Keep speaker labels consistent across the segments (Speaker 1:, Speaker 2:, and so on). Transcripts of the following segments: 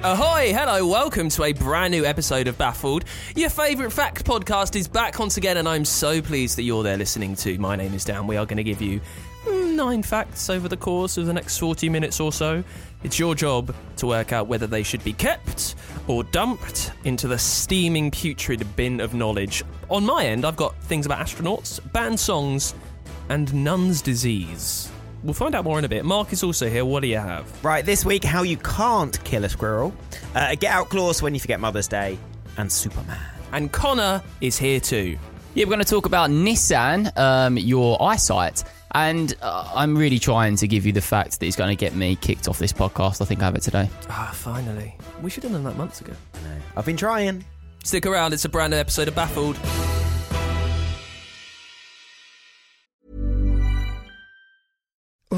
Speaker 1: Ahoy, hello, welcome to a brand new episode of Baffled. Your favourite facts podcast is back once again, and I'm so pleased that you're there listening to. My name is Dan. We are going to give you mm, nine facts over the course of the next 40 minutes or so. It's your job to work out whether they should be kept or dumped into the steaming, putrid bin of knowledge. On my end, I've got things about astronauts, banned songs, and Nun's disease. We'll find out more in a bit. Mark is also here. What do you have?
Speaker 2: Right, this week, how you can't kill a squirrel, uh, get out clause when you forget Mother's Day, and Superman.
Speaker 1: And Connor is here too.
Speaker 3: Yeah, we're going to talk about Nissan, um, your eyesight. And uh, I'm really trying to give you the fact that he's going to get me kicked off this podcast. I think I have it today.
Speaker 1: Ah, finally. We should have done that months ago.
Speaker 2: I've been trying.
Speaker 1: Stick around, it's a brand new episode of Baffled.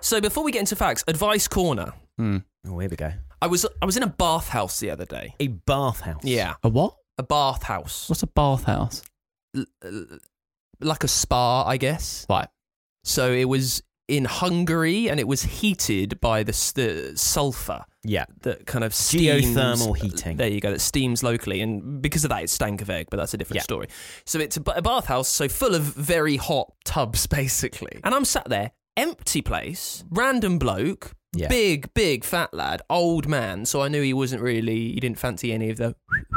Speaker 1: So before we get into facts, advice corner.
Speaker 2: Oh, here we go.
Speaker 1: I was I was in a bathhouse the other day.
Speaker 2: A bathhouse.
Speaker 1: Yeah,
Speaker 3: A what?
Speaker 1: a bathhouse.
Speaker 3: What's a bathhouse?
Speaker 1: Like a spa, I guess.
Speaker 3: Right.
Speaker 1: So it was in Hungary and it was heated by the, s- the sulfur
Speaker 2: Yeah.
Speaker 1: that kind of steams.
Speaker 2: Geothermal heating.
Speaker 1: There you go. That steams locally, and because of that, it stank of egg. But that's a different
Speaker 2: Yeah.
Speaker 1: story. So it's a, ba- a bathhouse, so full of very hot tubs, basically. And I'm sat there, empty place, random bloke,
Speaker 2: Yeah.
Speaker 1: big, big fat lad, old man. So I knew he wasn't really. He didn't fancy any of the.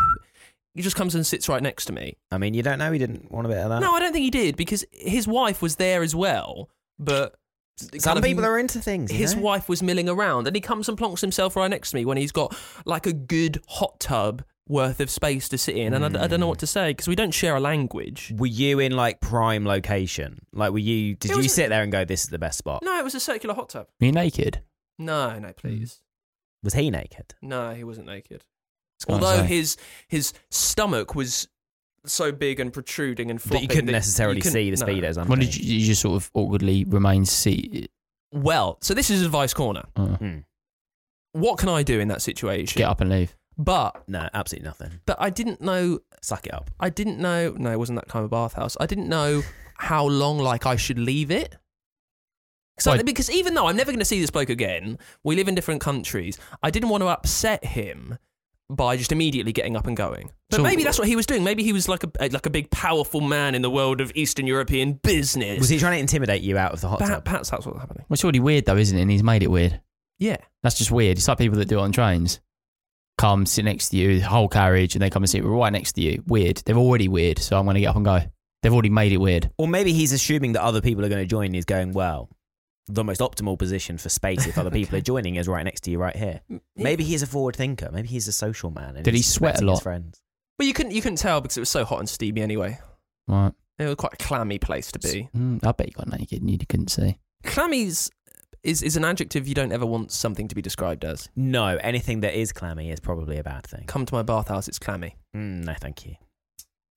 Speaker 1: He just comes and sits right next to me.
Speaker 2: I mean, you don't know he didn't want a bit of that.
Speaker 1: No, I don't think he did because his wife was there as well. But
Speaker 2: Some
Speaker 1: kind of-
Speaker 2: people are into things. you
Speaker 1: his
Speaker 2: know?
Speaker 1: wife was milling around and he comes and plonks himself right next to me when he's got like a good hot tub worth of space to sit in and I d- I, don't know what to say because we don't share a language
Speaker 2: Were you in like prime location? Like, were you? Did
Speaker 1: It
Speaker 2: you
Speaker 1: was-
Speaker 2: sit there and go, "This is the best spot"?
Speaker 1: no it was a circular hot tub
Speaker 3: Are you naked?
Speaker 1: no
Speaker 2: Mm.
Speaker 1: no please
Speaker 2: Was he naked?
Speaker 1: no he wasn't naked
Speaker 3: It's gonna
Speaker 1: although
Speaker 3: say.
Speaker 1: his his stomach was so big and protruding and
Speaker 2: But
Speaker 1: flopping
Speaker 2: you couldn't
Speaker 1: that
Speaker 2: necessarily
Speaker 1: couldn't-
Speaker 2: see the
Speaker 1: no.
Speaker 2: speedos.
Speaker 3: What did you, you just sort of awkwardly remain seated?
Speaker 1: well so this is advice corner
Speaker 3: Uh,
Speaker 2: Hmm.
Speaker 1: what can I do in that situation
Speaker 3: get up and leave.
Speaker 1: but
Speaker 2: No, absolutely nothing.
Speaker 1: but I didn't know
Speaker 2: Suck it up.
Speaker 1: I didn't know. No, it wasn't that kind of bathhouse. I didn't know how long, like, I should leave it. 'Cause I-
Speaker 3: Why?
Speaker 1: because even though I'm never going to see this bloke again, we live in different countries. I didn't want to upset him by just immediately getting up and going. But
Speaker 3: So-
Speaker 1: maybe that's what he was doing. Maybe he was like a like a big powerful man in the world of Eastern European business.
Speaker 2: Was he trying to intimidate you out of the hot
Speaker 1: Perhaps,
Speaker 2: tub?
Speaker 1: perhaps that's what's happening.
Speaker 3: Well, it's already weird, though, isn't it? And he's made it weird.
Speaker 1: Yeah.
Speaker 3: That's just weird. It's like people that do it on trains. Come sit next to you, the whole carriage, and they come and sit right next to you. Weird. They're already weird, so I'm going to get up and go. They've already made it weird.
Speaker 2: Or maybe he's assuming that other people are going to join and he's going, well, the most optimal position for space if other people are joining is right next to you, right here. Maybe he's a forward thinker. Maybe he's a social man. And
Speaker 3: Did he
Speaker 2: he's
Speaker 3: sweat a
Speaker 2: expecting his
Speaker 3: lot?
Speaker 2: Friends.
Speaker 1: Well, you couldn't you couldn't tell because it was so hot and steamy anyway.
Speaker 3: Right.
Speaker 1: It was quite a clammy place to be.
Speaker 3: Mm, I bet you got naked and you couldn't see.
Speaker 1: Clammy's is is an adjective you don't ever want something to be described as.
Speaker 2: No, anything that is clammy is probably a bad thing.
Speaker 1: Come to my bathhouse, it's clammy.
Speaker 2: Mm, no, thank you.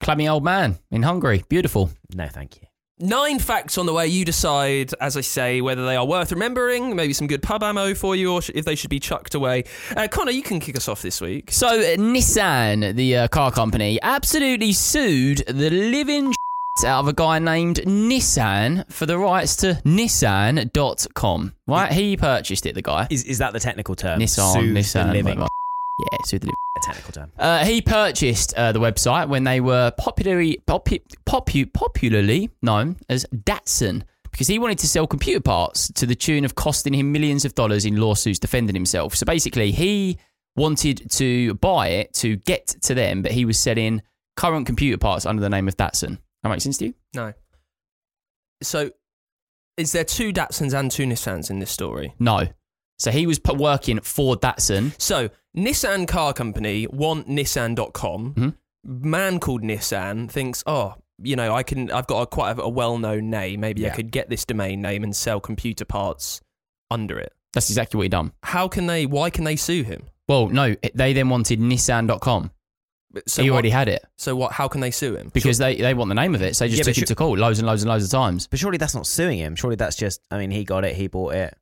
Speaker 3: Clammy old man in Hungary. Beautiful.
Speaker 2: No, thank you.
Speaker 1: Nine facts on the way. You decide, as I say, whether they are worth remembering, maybe some good pub ammo for you, or sh- if they should be chucked away. Uh, Connor, you can kick us off this week.
Speaker 3: So, uh, Nissan, the uh, car company, absolutely sued the living shit out of a guy named Nissan for the rights to Nissan.com. Right? He purchased it, the guy.
Speaker 2: Is, is that the technical term?
Speaker 3: Nissan,
Speaker 2: Soothe the
Speaker 3: Nissan.
Speaker 2: living.
Speaker 3: whatever. Yeah, sued the living.
Speaker 2: A technical term.
Speaker 3: Uh, he purchased uh, the website when they were popularly, popu, popu, popularly known as Datsun because he wanted to sell computer parts to the tune of costing him millions of dollars in lawsuits defending himself. So basically, he wanted to buy it to get to them, but he was selling current computer parts under the name of Datsun. That makes sense to you?
Speaker 1: No. So, is there two Datsuns and two Nissans in this story?
Speaker 3: No. So he was p- working for Datsun.
Speaker 1: So, Nissan Car Company want Nissan.com.
Speaker 3: Mhm.
Speaker 1: Man called Nissan thinks, oh, you know, I can. I've got a, quite a, a well-known name. Maybe I
Speaker 2: Yeah.
Speaker 1: could get this domain name and sell computer parts under it.
Speaker 3: That's exactly what he done.
Speaker 1: How can they? Why can they sue him?
Speaker 3: Well, no, they then wanted Nissan.com.
Speaker 1: But-
Speaker 3: So he already
Speaker 1: what,
Speaker 3: had it
Speaker 1: So what? How can they sue him?
Speaker 3: because they, they want the name of it. So they just
Speaker 2: Yeah,
Speaker 3: took
Speaker 2: but
Speaker 3: him
Speaker 2: should-
Speaker 3: to court loads and loads and loads of times.
Speaker 2: But surely that's not suing him. Surely that's just, I mean, he got it, he bought it.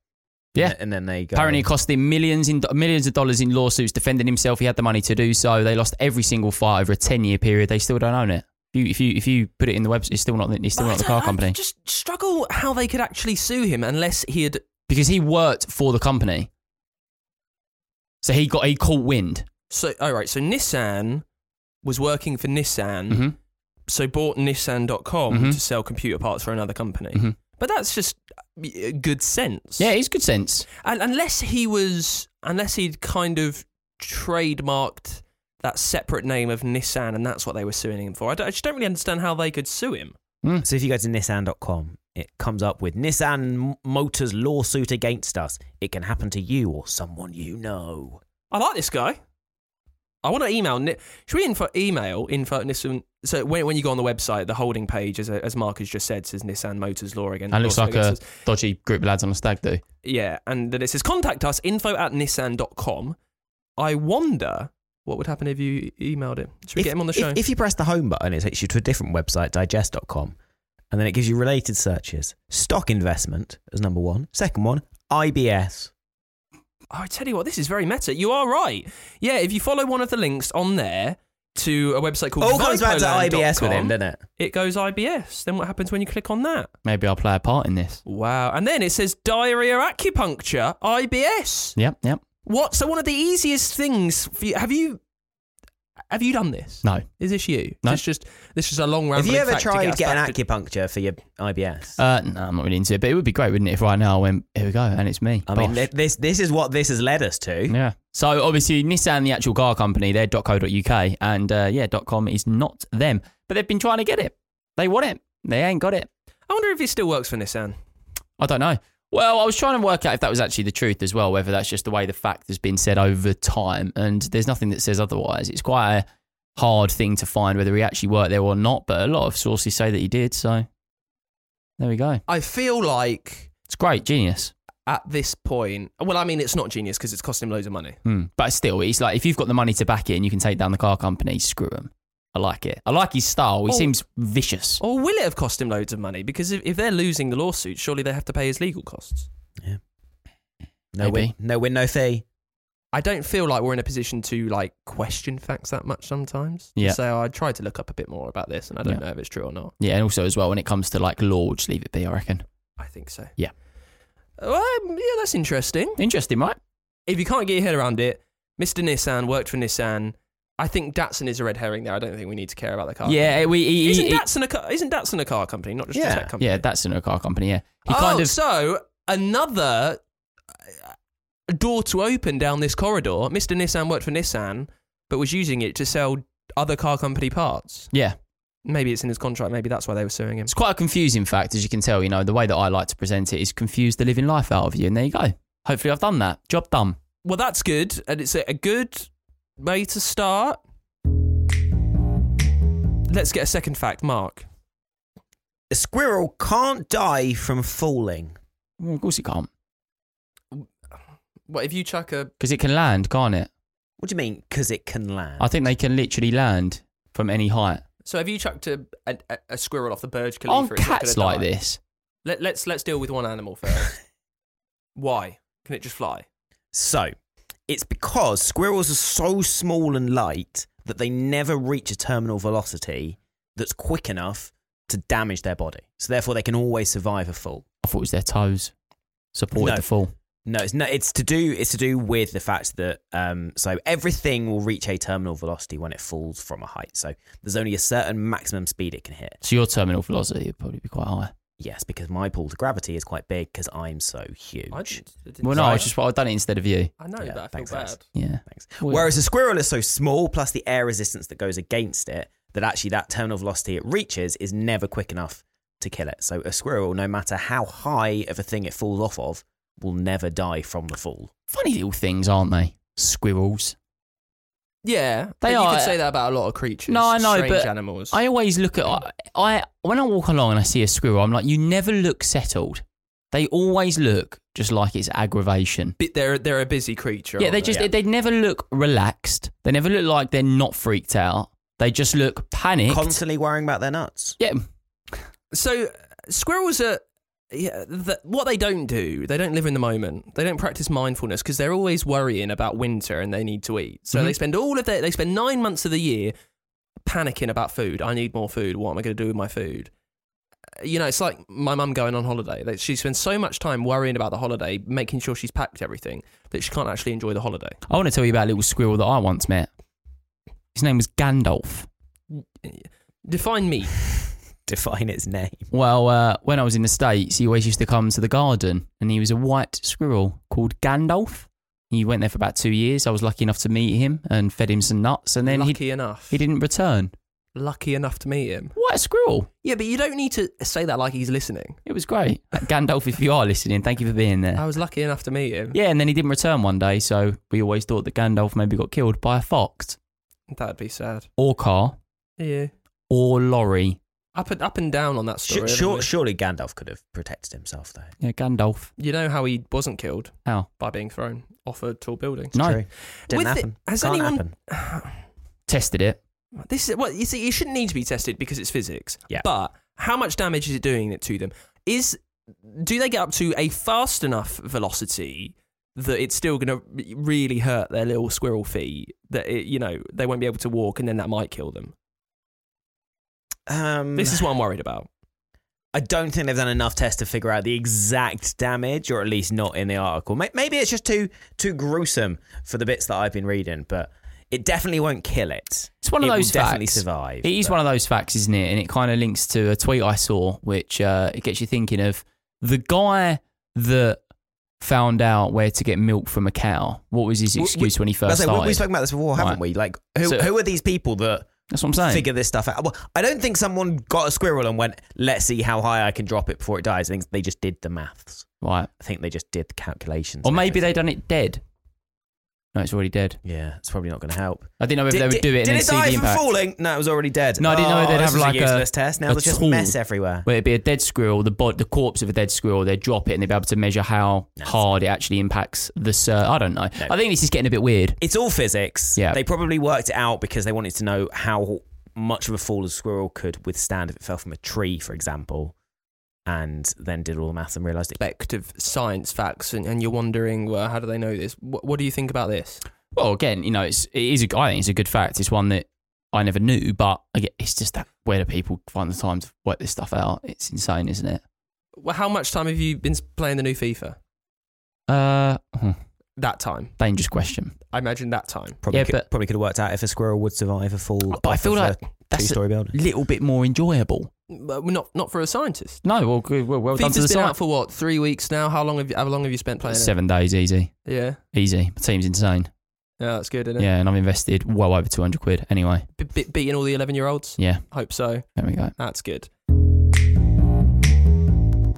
Speaker 3: Yeah.
Speaker 2: And, and then they go.
Speaker 3: Apparently, it cost him millions in millions of dollars in lawsuits defending himself. He had the money to do so. They lost every single fight over a ten year period. They still don't own it. If you if you if you put it in the website, it's still not it's still
Speaker 1: But I
Speaker 3: not the
Speaker 1: don't-
Speaker 3: car
Speaker 1: I
Speaker 3: company
Speaker 1: Just struggle how they could actually sue him unless he had.
Speaker 3: because he worked for the company. So he got he caught wind.
Speaker 1: So all right. So Nissan was working for Nissan.
Speaker 2: Mm-hmm.
Speaker 3: hmm
Speaker 1: so bought nissan.com
Speaker 3: Mhm.
Speaker 1: to sell computer parts for another company.
Speaker 3: Mhm.
Speaker 1: But that's just uh, good sense.
Speaker 3: Yeah, it's good sense.
Speaker 1: And unless he was, unless he'd kind of trademarked that separate name of Nissan and that's what they were suing him for. I, don't- I just don't really understand how they could sue him.
Speaker 2: So if you go to nissan.com, it comes up with Nissan Motors lawsuit against us. It can happen to you or someone you know.
Speaker 1: I like this guy. I want to email. Ni- Should we info, email info at Nissan? So when, when you go on the website, the holding page, as, as Mark has just said, says Nissan Motors Law again.
Speaker 3: And looks
Speaker 1: also
Speaker 3: like a
Speaker 1: against us.
Speaker 3: dodgy group of lads on a stag do.
Speaker 1: Yeah, and then it says contact us info at nissan.com. I wonder what would happen if you emailed him. Should we
Speaker 2: If-
Speaker 1: get him on the
Speaker 2: if-
Speaker 1: show?
Speaker 2: If, you press the home button, it takes you to a different website, digest.com, and then it gives you related searches. Stock investment as number one. Second one, IBS.
Speaker 1: Oh, I tell you what, this is very meta. You are right. Yeah, if you follow one of the links on there to a website called
Speaker 2: All comes back to IBS with him,
Speaker 1: vipoland.com,
Speaker 2: doesn't it?
Speaker 1: it goes IBS. Then what happens when you click on that?
Speaker 3: Maybe I'll play a part in this.
Speaker 1: Wow. And then it says diarrhea acupuncture IBS.
Speaker 3: Yep, yep.
Speaker 1: What? So one of the easiest things for you, have you have you done this?
Speaker 3: No.
Speaker 1: Is this you?
Speaker 3: No.
Speaker 1: This just this is a long round.
Speaker 2: Have you ever tried getting acupuncture for your IBS?
Speaker 3: Uh, no, I'm not really into it, but it would be great, wouldn't it, if right now I went, here we go, and it's me.
Speaker 2: I mean,
Speaker 3: Bosh.
Speaker 2: th- this this is what this has led us to.
Speaker 3: yeah. So obviously, Nissan, the actual car company, they're .co.uk, and uh, yeah, .com is not them, but they've been trying to get it. They want it. They ain't got it.
Speaker 1: I wonder if he still works for Nissan.
Speaker 3: I don't know. Well, I was trying to work out if that was actually the truth as well, whether that's just the way the fact has been said over time, and there's nothing that says otherwise. It's quite a hard thing to find whether he actually worked there or not, but a lot of sources say that he did. So there we go.
Speaker 1: I feel like
Speaker 3: It's great, genius.
Speaker 1: at this point, well, I mean, it's not genius because it's costing him loads of money.
Speaker 3: Hmm. But still, it's like if you've got the money to back it and you can take down the car company, screw him. I like it. I like his style. He
Speaker 1: Oh.
Speaker 3: seems vicious.
Speaker 1: Or will it have cost him loads of money? Because if, if they're losing the lawsuit, surely they have to pay his legal costs.
Speaker 2: No
Speaker 3: Maybe.
Speaker 2: win, no win, no fee.
Speaker 1: I don't feel like we're in a position to like question facts that much sometimes.
Speaker 3: Yeah.
Speaker 1: So I tried to look up a bit more about this, and I don't
Speaker 3: Yeah.
Speaker 1: know if it's true or not.
Speaker 3: Yeah, and also as well when it comes to like law, just leave it be. I reckon.
Speaker 1: I think so.
Speaker 3: Yeah.
Speaker 1: Well, um, yeah, that's interesting.
Speaker 3: Interesting, right?
Speaker 1: If you can't get your head around it, Mr. Nissan worked for Nissan. I think Datsun is a red herring there. I don't think we need to care about the car.
Speaker 3: Yeah, we. He,
Speaker 1: Isn't
Speaker 3: he-
Speaker 1: Datsun a car, isn't Datsun a car company, not just a
Speaker 2: Yeah.
Speaker 1: tech company?
Speaker 3: yeah, that's in a car company. Yeah, he
Speaker 1: oh,
Speaker 3: kind of.
Speaker 1: so another uh, door to open down this corridor. Mr. Nissan worked for Nissan, but was using it to sell other car company parts.
Speaker 3: Yeah,
Speaker 1: Maybe it's in his contract. Maybe that's why they were suing him.
Speaker 3: it's quite a confusing fact, as you can tell. You know, the way that I like to present it is confuse the living life out of you, and there you go. Hopefully, I've done that. Job done.
Speaker 1: Well, that's good, and it's a, a good way to start. Let's get a second fact, Mark.
Speaker 2: A squirrel can't die from falling.
Speaker 3: Well, of course, it can't
Speaker 1: What if you chuck a?
Speaker 3: because it can land, can't it?
Speaker 2: What do you mean? Because it can land.
Speaker 3: I think they can literally land from any height.
Speaker 1: So have you chucked a a, a- a squirrel off the Burj Khalifa?
Speaker 3: Aren't
Speaker 1: it's not gonna
Speaker 3: cats like
Speaker 1: die?
Speaker 3: this?
Speaker 1: Let, let's let's deal with one animal first. why can it just fly?
Speaker 2: So, it's because squirrels are so small and light that they never reach a terminal velocity that's quick enough to damage their body. So therefore, they can always survive a fall.
Speaker 3: I thought it was their toes supported
Speaker 2: No.
Speaker 3: the fall.
Speaker 2: No, it's no, it's to do it's to do with the fact that um, so everything will reach a terminal velocity when it falls from a height. So there's only a certain maximum speed it can hit.
Speaker 3: So your terminal velocity would probably be quite high.
Speaker 2: Yes, because my pull to gravity is quite big because I'm so huge.
Speaker 1: I didn't, I didn't
Speaker 3: Well, no,
Speaker 1: say
Speaker 3: it's
Speaker 1: that.
Speaker 3: just what I've done it instead of you.
Speaker 1: I know,
Speaker 2: Yeah,
Speaker 1: but I feel
Speaker 2: thanks,
Speaker 1: bad.
Speaker 2: Alice.
Speaker 3: Yeah.
Speaker 2: Thanks.
Speaker 3: Well-
Speaker 2: Whereas a squirrel is so small, plus the air resistance that goes against it, that actually that terminal velocity it reaches is never quick enough to kill it. So a squirrel, no matter how high of a thing it falls off of, will never die from the fall.
Speaker 3: Funny little things, aren't they? Squirrels.
Speaker 1: Yeah, but You
Speaker 3: are-
Speaker 1: could say that about a lot of creatures.
Speaker 3: No, I know,
Speaker 1: strange
Speaker 3: but
Speaker 1: animals.
Speaker 3: I always look at I, I when I walk along and I see a squirrel, I'm like, you never look settled. They always look just like it's aggravation.
Speaker 1: Bit- they're they're a busy creature.
Speaker 3: Yeah,
Speaker 1: aren't
Speaker 3: they just
Speaker 2: Yeah.
Speaker 3: They, they never look relaxed. They never look like they're not freaked out. They just look panicked.
Speaker 2: Constantly worrying about their nuts.
Speaker 3: yeah,
Speaker 1: So squirrels are yeah, th what they don't do, they don't live in the moment. They don't practice mindfulness because they're always worrying about winter and they need to eat. So
Speaker 3: Mhm.
Speaker 1: they spend all of their they spend 9 months of the year panicking about food. I need more food. What am I going to do with my food? You know, it's like my mum going on holiday. Like she spends so much time worrying about the holiday, making sure she's packed everything that she can't actually enjoy the holiday.
Speaker 3: I want to tell you about a little squirrel that I once met. His name was Gandalf.
Speaker 1: Define me.
Speaker 2: Define its name.
Speaker 3: Well, uh, when I was in the States, he always used to come to the garden, and he was a white squirrel called Gandalf. He went there for about two years. I was lucky enough to meet him and fed him some nuts, and then he
Speaker 1: lucky enough.
Speaker 3: he didn't return.
Speaker 1: lucky enough to meet him.
Speaker 3: What a squirrel!
Speaker 1: Yeah, but you don't need to say that like he's listening.
Speaker 3: It was great. Gandalf, if you are listening, thank you for being there.
Speaker 1: I was lucky enough to meet him.
Speaker 3: Yeah, and then he didn't return one day, so we always thought that Gandalf maybe got killed by a fox,
Speaker 1: That'd be sad.
Speaker 3: or car,
Speaker 1: Yeah.
Speaker 3: or lorry.
Speaker 1: Up and up and down on that story.
Speaker 2: Sure, sure,
Speaker 1: haven't
Speaker 2: surely Gandalf could have protected himself, though.
Speaker 3: Yeah, Gandalf.
Speaker 1: we? You know how he wasn't killed
Speaker 3: How?
Speaker 1: by being thrown off a tall building.
Speaker 3: No.
Speaker 2: True. Didn't
Speaker 1: With it-
Speaker 2: happen.
Speaker 1: has
Speaker 2: Can't
Speaker 1: anyone-
Speaker 2: happen. Mm.
Speaker 3: Tested it.
Speaker 1: This is well, you see, it shouldn't need to be tested because it's physics.
Speaker 2: Yeah.
Speaker 1: But how much damage is it doing it to them? Is do they get up to a fast enough velocity that it's still going to really hurt their little squirrel feet? That it, you know they won't be able to walk, and then that might kill them.
Speaker 2: Um,
Speaker 1: This is what I'm worried about.
Speaker 2: I don't think they've done enough tests to figure out the exact damage, or at least not in the article. May- Maybe it's just too too gruesome for the bits that I've been reading, but it definitely won't kill it.
Speaker 3: It's one of
Speaker 2: It will
Speaker 3: those facts.
Speaker 2: definitely survive,
Speaker 3: It is
Speaker 2: but-
Speaker 3: one of those facts, isn't it? And it kind of links to a tweet I saw, which uh, it gets you thinking of the guy that found out where to get milk from a cow. What was his
Speaker 2: We- we-
Speaker 3: excuse when he first
Speaker 2: Let's say, we-
Speaker 3: started?
Speaker 2: We've spoken about this before, haven't
Speaker 3: Right.
Speaker 2: we? Like, who,
Speaker 3: So-
Speaker 2: who are these people that
Speaker 3: That's what I'm saying.
Speaker 2: figure this stuff out? Well, I don't think someone got a squirrel and went, "Let's see how high I can drop it before it dies." I think they just did the maths.
Speaker 3: Right.
Speaker 2: I think they just did the calculations.
Speaker 3: Or
Speaker 2: and
Speaker 3: maybe they
Speaker 2: everything.
Speaker 3: done it dead. No, it's already dead.
Speaker 2: Yeah, it's probably not going to help.
Speaker 3: I didn't know if
Speaker 2: Did-
Speaker 3: they would
Speaker 2: did-
Speaker 3: do it and
Speaker 2: did
Speaker 3: then
Speaker 2: it
Speaker 3: see
Speaker 2: die
Speaker 3: the
Speaker 2: from
Speaker 3: impact.
Speaker 2: falling? No, it was already dead.
Speaker 3: No, I didn't know
Speaker 2: Oh,
Speaker 3: they'd
Speaker 2: this
Speaker 3: have
Speaker 2: was
Speaker 3: like
Speaker 2: a
Speaker 3: a-
Speaker 2: useless test. Now
Speaker 3: a
Speaker 2: there's just
Speaker 3: tool.
Speaker 2: mess everywhere.
Speaker 3: Where it'd be a dead squirrel, the bod- the corpse of a dead squirrel, they'd drop it and they'd be able to measure how hard it actually impacts the sur- I don't know. I think this is getting a bit weird.
Speaker 2: It's all physics.
Speaker 3: Yeah.
Speaker 2: They probably worked it out because they wanted to know how much of a fall a squirrel could withstand if it fell from a tree, for example, and then did all the maths and realised it.
Speaker 1: Aspect of science facts, and, and you're wondering, well, how do they know this? What, what do you think about this?
Speaker 3: Well, again, you know, it's it is. A, I think it's a good fact. It's one that I never knew, but I get, it's just that where do people find the time to work this stuff out? It's insane, isn't it?
Speaker 1: Well, how much time have you been playing the new FIFA?
Speaker 3: Uh, hmm,
Speaker 1: That time,
Speaker 3: dangerous question.
Speaker 1: I imagine that time.
Speaker 2: Probably,
Speaker 3: Yeah,
Speaker 2: could,
Speaker 3: but-
Speaker 2: probably could have worked out if a squirrel would survive a fall.
Speaker 3: But I
Speaker 2: off
Speaker 3: feel
Speaker 2: of
Speaker 3: like
Speaker 2: a
Speaker 3: that's a
Speaker 2: two-story building.
Speaker 3: little bit more enjoyable.
Speaker 1: But not not for a scientist.
Speaker 3: No, well, good, well, well done
Speaker 1: FIFA's
Speaker 3: to the
Speaker 1: been
Speaker 3: site.
Speaker 1: out for what three weeks now. How long have you, how long have you spent playing?
Speaker 3: Seven days, easy,
Speaker 1: It? Yeah,
Speaker 3: easy. My team's insane.
Speaker 1: yeah, that's good, isn't it?
Speaker 3: Yeah, and I've invested well over two hundred quid. Anyway,
Speaker 1: B- b- beating all the eleven year olds.
Speaker 3: yeah,
Speaker 1: Hope so.
Speaker 3: there we go.
Speaker 1: That's good.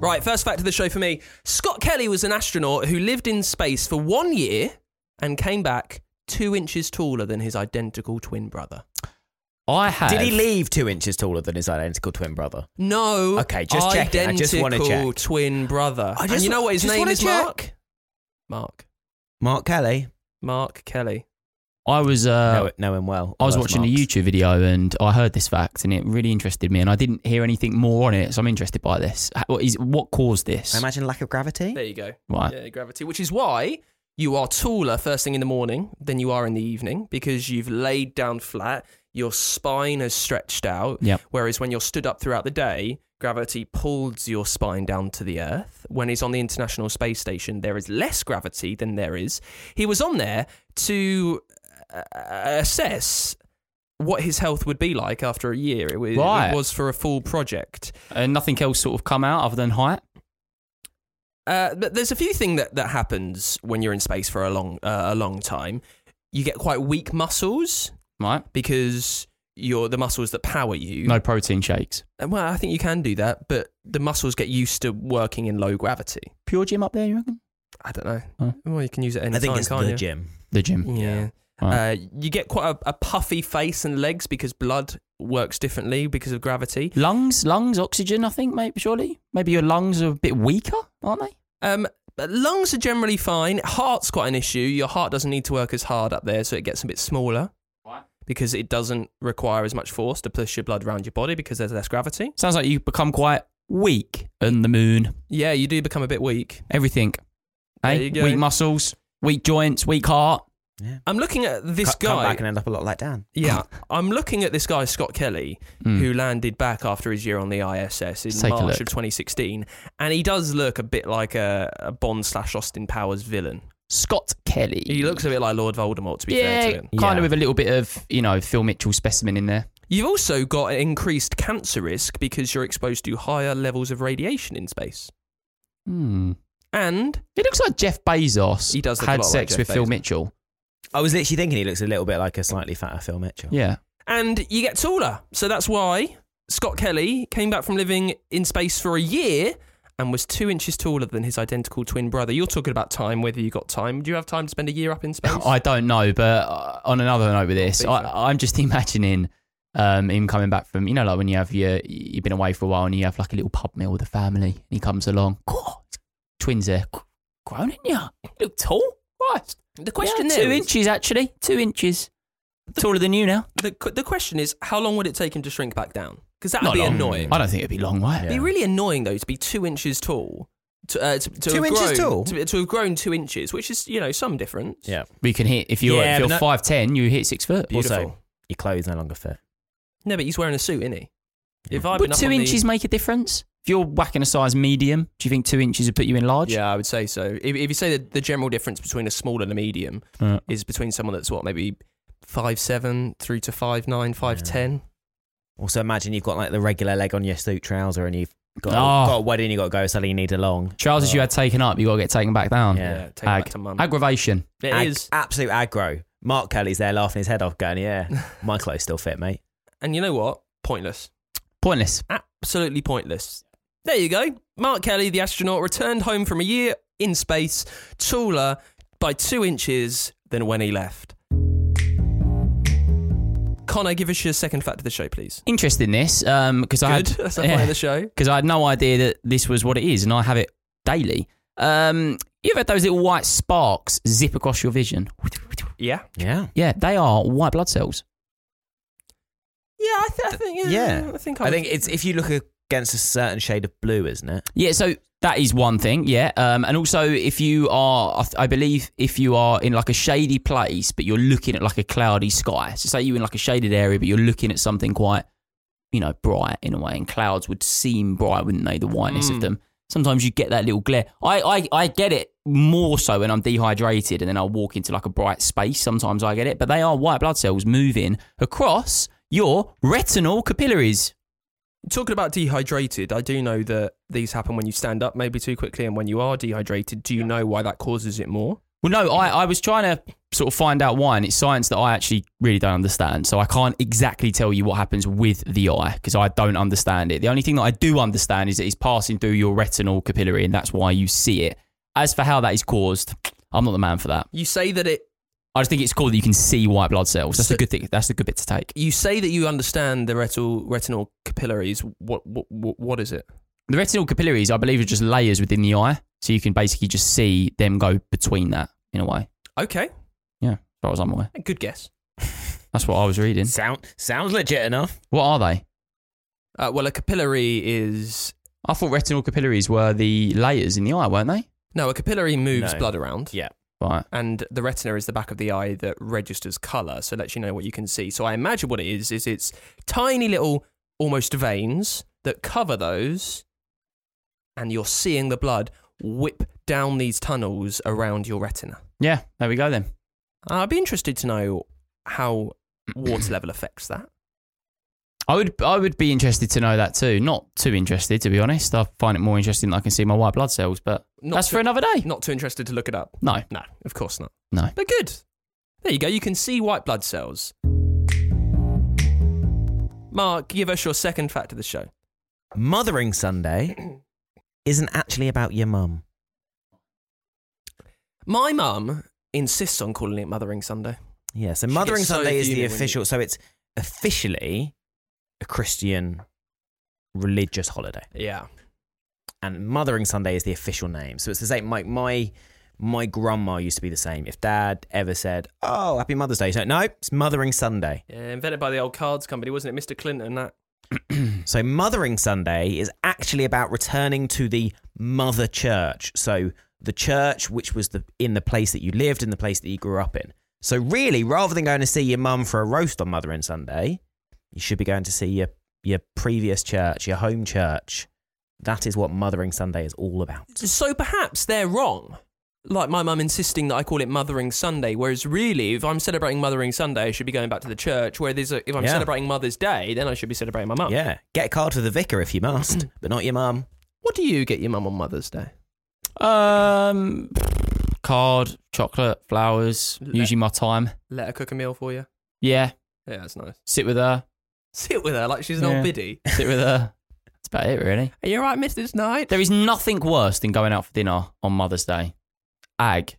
Speaker 1: Right, first fact of the show for me: Scott Kelly was an astronaut who lived in space for one year and came back two inches taller than his identical twin brother.
Speaker 3: I have.
Speaker 2: Did he leave two inches taller than his identical twin brother?
Speaker 1: No.
Speaker 2: Okay, just checking. I just wanna check.
Speaker 1: identical twin brother.
Speaker 2: I
Speaker 1: and
Speaker 2: just
Speaker 1: you know
Speaker 2: wa-
Speaker 1: what his
Speaker 2: just
Speaker 1: name
Speaker 2: wanna
Speaker 1: is?
Speaker 2: check.
Speaker 1: Mark. Mark.
Speaker 2: Mark Kelly.
Speaker 1: Mark Kelly.
Speaker 3: I was. Uh,
Speaker 2: know, know him well.
Speaker 3: I was
Speaker 2: Love
Speaker 3: watching
Speaker 2: Marks.
Speaker 3: a YouTube video and I heard this fact and it really interested me and I didn't hear anything more on it, so I'm interested by this. How- What, is, what caused this?
Speaker 2: I imagine lack of gravity.
Speaker 1: There you go.
Speaker 3: Right.
Speaker 1: Yeah, gravity. Which is why you are taller first thing in the morning than you are in the evening because you've laid down flat. Your spine has stretched out.
Speaker 3: Yep.
Speaker 1: Whereas when you're stood up throughout the day, gravity pulls your spine down to the earth. When he's on the International Space Station, there is less gravity than there is. He was on there to uh, assess what his health would be like after a year. It, wa- it
Speaker 3: Right.
Speaker 1: was for a full project.
Speaker 3: And Uh, nothing else sort of come out other than height.
Speaker 1: Uh, but there's a few things that, that happens when you're in space for a long uh, a long time. You get quite weak muscles
Speaker 3: Right.
Speaker 1: because you're the muscles that power you.
Speaker 3: No protein shakes.
Speaker 1: And, Well, I think you can do that, but the muscles get used to working in low gravity.
Speaker 3: Pure gym up there, you reckon?
Speaker 1: I don't know.
Speaker 3: Huh.
Speaker 1: Well, you can use it any
Speaker 2: I think
Speaker 1: time,
Speaker 2: it's
Speaker 1: can't
Speaker 2: the
Speaker 1: you?
Speaker 2: gym.
Speaker 3: The gym.
Speaker 1: Yeah.
Speaker 3: Right.
Speaker 1: Uh, you get quite a, a puffy face and legs because blood works differently because of gravity.
Speaker 3: lungs, lungs, oxygen. I think maybe surely maybe your lungs are a bit weaker, aren't they?
Speaker 1: Um, but lungs are generally fine. Heart's quite an issue. Your heart doesn't need to work as hard up there, so it gets a bit smaller. Because it doesn't require as much force to push your blood around your body because there's less gravity.
Speaker 3: Sounds like you become quite weak in the moon.
Speaker 1: Yeah, you do become a bit weak.
Speaker 3: Everything.
Speaker 1: There
Speaker 3: Hey,
Speaker 1: you go.
Speaker 3: weak muscles, weak joints, weak heart.
Speaker 1: I'm looking at this
Speaker 2: Cut- Come
Speaker 1: guy.
Speaker 2: back and end up a lot like Dan.
Speaker 1: Yeah, I'm looking at this guy Scott Kelly, who landed back after his year on the ISS in
Speaker 3: Hmm. Let's take a
Speaker 1: March
Speaker 3: look.
Speaker 1: of 2016, and he does look a bit like a, a Bond slash Austin Powers villain.
Speaker 3: Scott Kelly.
Speaker 1: He looks a bit like Lord Voldemort, to be fair
Speaker 3: yeah,
Speaker 1: to him.
Speaker 3: kind
Speaker 2: Yeah.
Speaker 3: of with a little bit of you know Phil Mitchell specimen in there.
Speaker 1: You've also got an increased cancer risk because you're exposed to higher levels of radiation in space,
Speaker 3: Hmm.
Speaker 1: and
Speaker 3: It looks like Jeff Bezos.
Speaker 1: He does look a
Speaker 3: had
Speaker 1: lot like
Speaker 3: sex
Speaker 1: Jeff
Speaker 3: with Phil
Speaker 1: Bezos.
Speaker 3: Mitchell.
Speaker 2: I was literally thinking he looks a little bit like a slightly fatter Phil Mitchell.
Speaker 3: Yeah.
Speaker 1: and you get taller. So that's why Scott Kelly came back from living in space for a year. And was two inches taller than his identical twin brother. You're talking about time, whether you got time. Do you have time to spend a year up in space?
Speaker 3: I don't know, but uh, on another note with this,
Speaker 1: think so.
Speaker 3: I, I'm just imagining um, him coming back from, you know, like when you have your, you've been away for a while and you have like a little pub meal with the family and he comes along, "Cool, twins there, Qu- grown in ya, You look tall, right?
Speaker 1: The question
Speaker 3: yeah,
Speaker 1: there
Speaker 3: two
Speaker 1: is-
Speaker 3: inches actually, two inches taller than you now.
Speaker 1: the qu- the question is, how long would it take him to shrink back down? Because that would
Speaker 3: Not
Speaker 1: be
Speaker 3: long.
Speaker 1: annoying.
Speaker 3: I don't think it'd be long, right?
Speaker 1: It'd be really annoying though to be two inches tall. To, uh, to, to
Speaker 2: Two
Speaker 1: have
Speaker 2: inches
Speaker 1: grown,
Speaker 2: tall?
Speaker 1: To, to have grown two inches, which is you know some difference.
Speaker 2: Yeah.
Speaker 3: We can hit if you're
Speaker 2: Yeah,
Speaker 3: if
Speaker 2: but
Speaker 3: you're
Speaker 2: no-
Speaker 3: five ten, you hit six foot.
Speaker 1: Beautiful.
Speaker 2: Also, your clothes no longer fit.
Speaker 1: No, but he's wearing a suit, isn't he? If I've been
Speaker 3: Would
Speaker 1: up
Speaker 3: Mm-hmm. two
Speaker 1: on the-
Speaker 3: inches make a difference? If you're whacking a size medium, do you think two inches would put you in large?
Speaker 1: yeah, I would say so. If, if you say that the general difference between a small and a medium
Speaker 3: Uh,
Speaker 1: is between someone that's what maybe five seven through to five nine, five ten.
Speaker 2: Also, imagine you've got like the regular leg on your suit trouser and you've got,
Speaker 3: Oh.
Speaker 2: got a wedding you got to go, suddenly you need a long.
Speaker 3: trousers you had taken up, you got to get taken back down.
Speaker 2: Yeah.
Speaker 1: Yeah, take it back
Speaker 3: Ag-
Speaker 1: to mum.
Speaker 3: Aggravation.
Speaker 1: It
Speaker 2: Ag-
Speaker 1: is.
Speaker 2: Absolute aggro. Mark Kelly's there laughing his head off, going, yeah, my clothes still fit, mate.
Speaker 1: and you know what? Pointless.
Speaker 3: Pointless.
Speaker 1: absolutely pointless. There you go. Mark Kelly, the astronaut, returned home from a year in space, taller by two inches than when he left. Connor, give us your second fact of the show, please.
Speaker 3: Interesting this, because I
Speaker 1: Good.
Speaker 3: had
Speaker 1: That's the point of the show.
Speaker 3: because I had no idea that this was what it is, and I have it daily. Um, you ever had those little white sparks zip across your vision?
Speaker 1: Yeah.
Speaker 2: Yeah.
Speaker 3: Yeah, they are white blood cells.
Speaker 1: Yeah, I, th- I think.
Speaker 2: Yeah.
Speaker 1: I think. eh, I,
Speaker 2: I think it's if you look against a certain shade of blue, isn't it?
Speaker 3: Yeah, so that is one thing. Yeah, um, and also if you are, I th- I believe if you are in like a shady place, but you're looking at like a cloudy sky. So say you in like a shaded area, but you're looking at something quite, you know, bright in a way, and clouds would seem bright, wouldn't they? The whiteness
Speaker 1: Mm.
Speaker 3: of them. Sometimes you get that little glare. I, I, I get it more so when I'm dehydrated and then I walk into like a bright space. Sometimes I get it, but they are white blood cells moving across your retinal capillaries.
Speaker 1: Talking about dehydrated, I do know that these happen when you stand up maybe too quickly, and when you are dehydrated, do you know why that causes it more?
Speaker 3: Well, no, I, I was trying to sort of find out why, and it's science that I actually really don't understand. So I can't exactly tell you what happens with the eye because I don't understand it. The only thing that I do understand is that it's passing through your retinal capillary, and that's why you see it. As for how that is caused, I'm not the man for that.
Speaker 1: You say that it.
Speaker 3: I just think it's cool that you can see white blood cells. That's
Speaker 1: So-
Speaker 3: a good thing. That's a good bit to take.
Speaker 1: You say that you understand the retinal retinal capillaries. What what what, what is it?
Speaker 3: The retinal capillaries, I believe, are just layers within the eye, so you can basically just see them go between that in a way.
Speaker 1: Okay,
Speaker 3: Yeah, as far as I'm aware,
Speaker 1: good guess.
Speaker 3: that's what I was reading.
Speaker 2: Sound sounds legit enough.
Speaker 3: What are they?
Speaker 1: Uh, well, a capillary is
Speaker 3: I thought retinal capillaries were the layers in the eye, weren't they?
Speaker 1: no, a capillary moves
Speaker 2: No.
Speaker 1: blood around,
Speaker 2: Yeah.
Speaker 3: Right.
Speaker 1: and the retina is the back of the eye that registers color, so lets you know what you can see. So I imagine what it is is it's tiny little almost veins that cover those, and you're seeing the blood whip down these tunnels around your retina.
Speaker 3: Yeah, there we go then.
Speaker 1: I'd be interested to know how water level affects that.
Speaker 3: I would I would be interested to know that too. Not too interested, to be honest. I find it more interesting that I can see my white blood cells, but
Speaker 1: Not
Speaker 3: that's
Speaker 1: too-
Speaker 3: for another day.
Speaker 1: Not too interested to look it up.
Speaker 3: No,
Speaker 1: No, of course not.
Speaker 3: no.
Speaker 1: But good. There you go. You can see white blood cells. Mark, give us your second fact of the show.
Speaker 2: Mothering Sunday isn't actually about your mum.
Speaker 1: My mum insists on calling it Mothering Sunday.
Speaker 2: Yeah, so
Speaker 1: She
Speaker 2: Mothering
Speaker 1: gets so
Speaker 2: Sunday is the
Speaker 1: human when
Speaker 2: official. So it's officially a Christian religious holiday,
Speaker 1: Yeah.
Speaker 2: and Mothering Sunday is the official name. So it's the same. Like my my grandma used to be the same. If Dad ever said, "Oh, Happy Mother's Day," she's like, "No, it's Mothering Sunday."
Speaker 1: yeah. Invented by the old cards company, wasn't it? Mr. Clinton, that.
Speaker 2: So Mothering Sunday is actually about returning to the mother church. So the church which was the in the place that you lived in the place that you grew up in. So really rather than going to see your mum for a roast on Mothering Sunday, you should be going to see your your previous church, your home church. That is what Mothering Sunday is all about.
Speaker 1: So perhaps they're wrong. Like my mum insisting that I call it Mothering Sunday, whereas really, if I'm celebrating Mothering Sunday, I should be going back to the church. Where there's a, if I'm
Speaker 2: Yeah.
Speaker 1: celebrating Mother's Day, then I should be celebrating my mum.
Speaker 2: Yeah, get a card for the vicar if you must, but not your mum.
Speaker 1: What do you get your mum on Mother's Day?
Speaker 3: Um, card, chocolate, flowers.
Speaker 1: Le-
Speaker 3: Usually my time.
Speaker 1: Let her cook a meal for you.
Speaker 3: Yeah,
Speaker 1: Yeah, that's nice.
Speaker 3: sit with her.
Speaker 1: Sit with her like she's an
Speaker 3: Yeah.
Speaker 1: old biddy.
Speaker 3: Sit with her. That's about it, really.
Speaker 1: Are you all right, Mrs. Knight?
Speaker 3: There is nothing worse than going out for dinner on Mother's Day. Ag,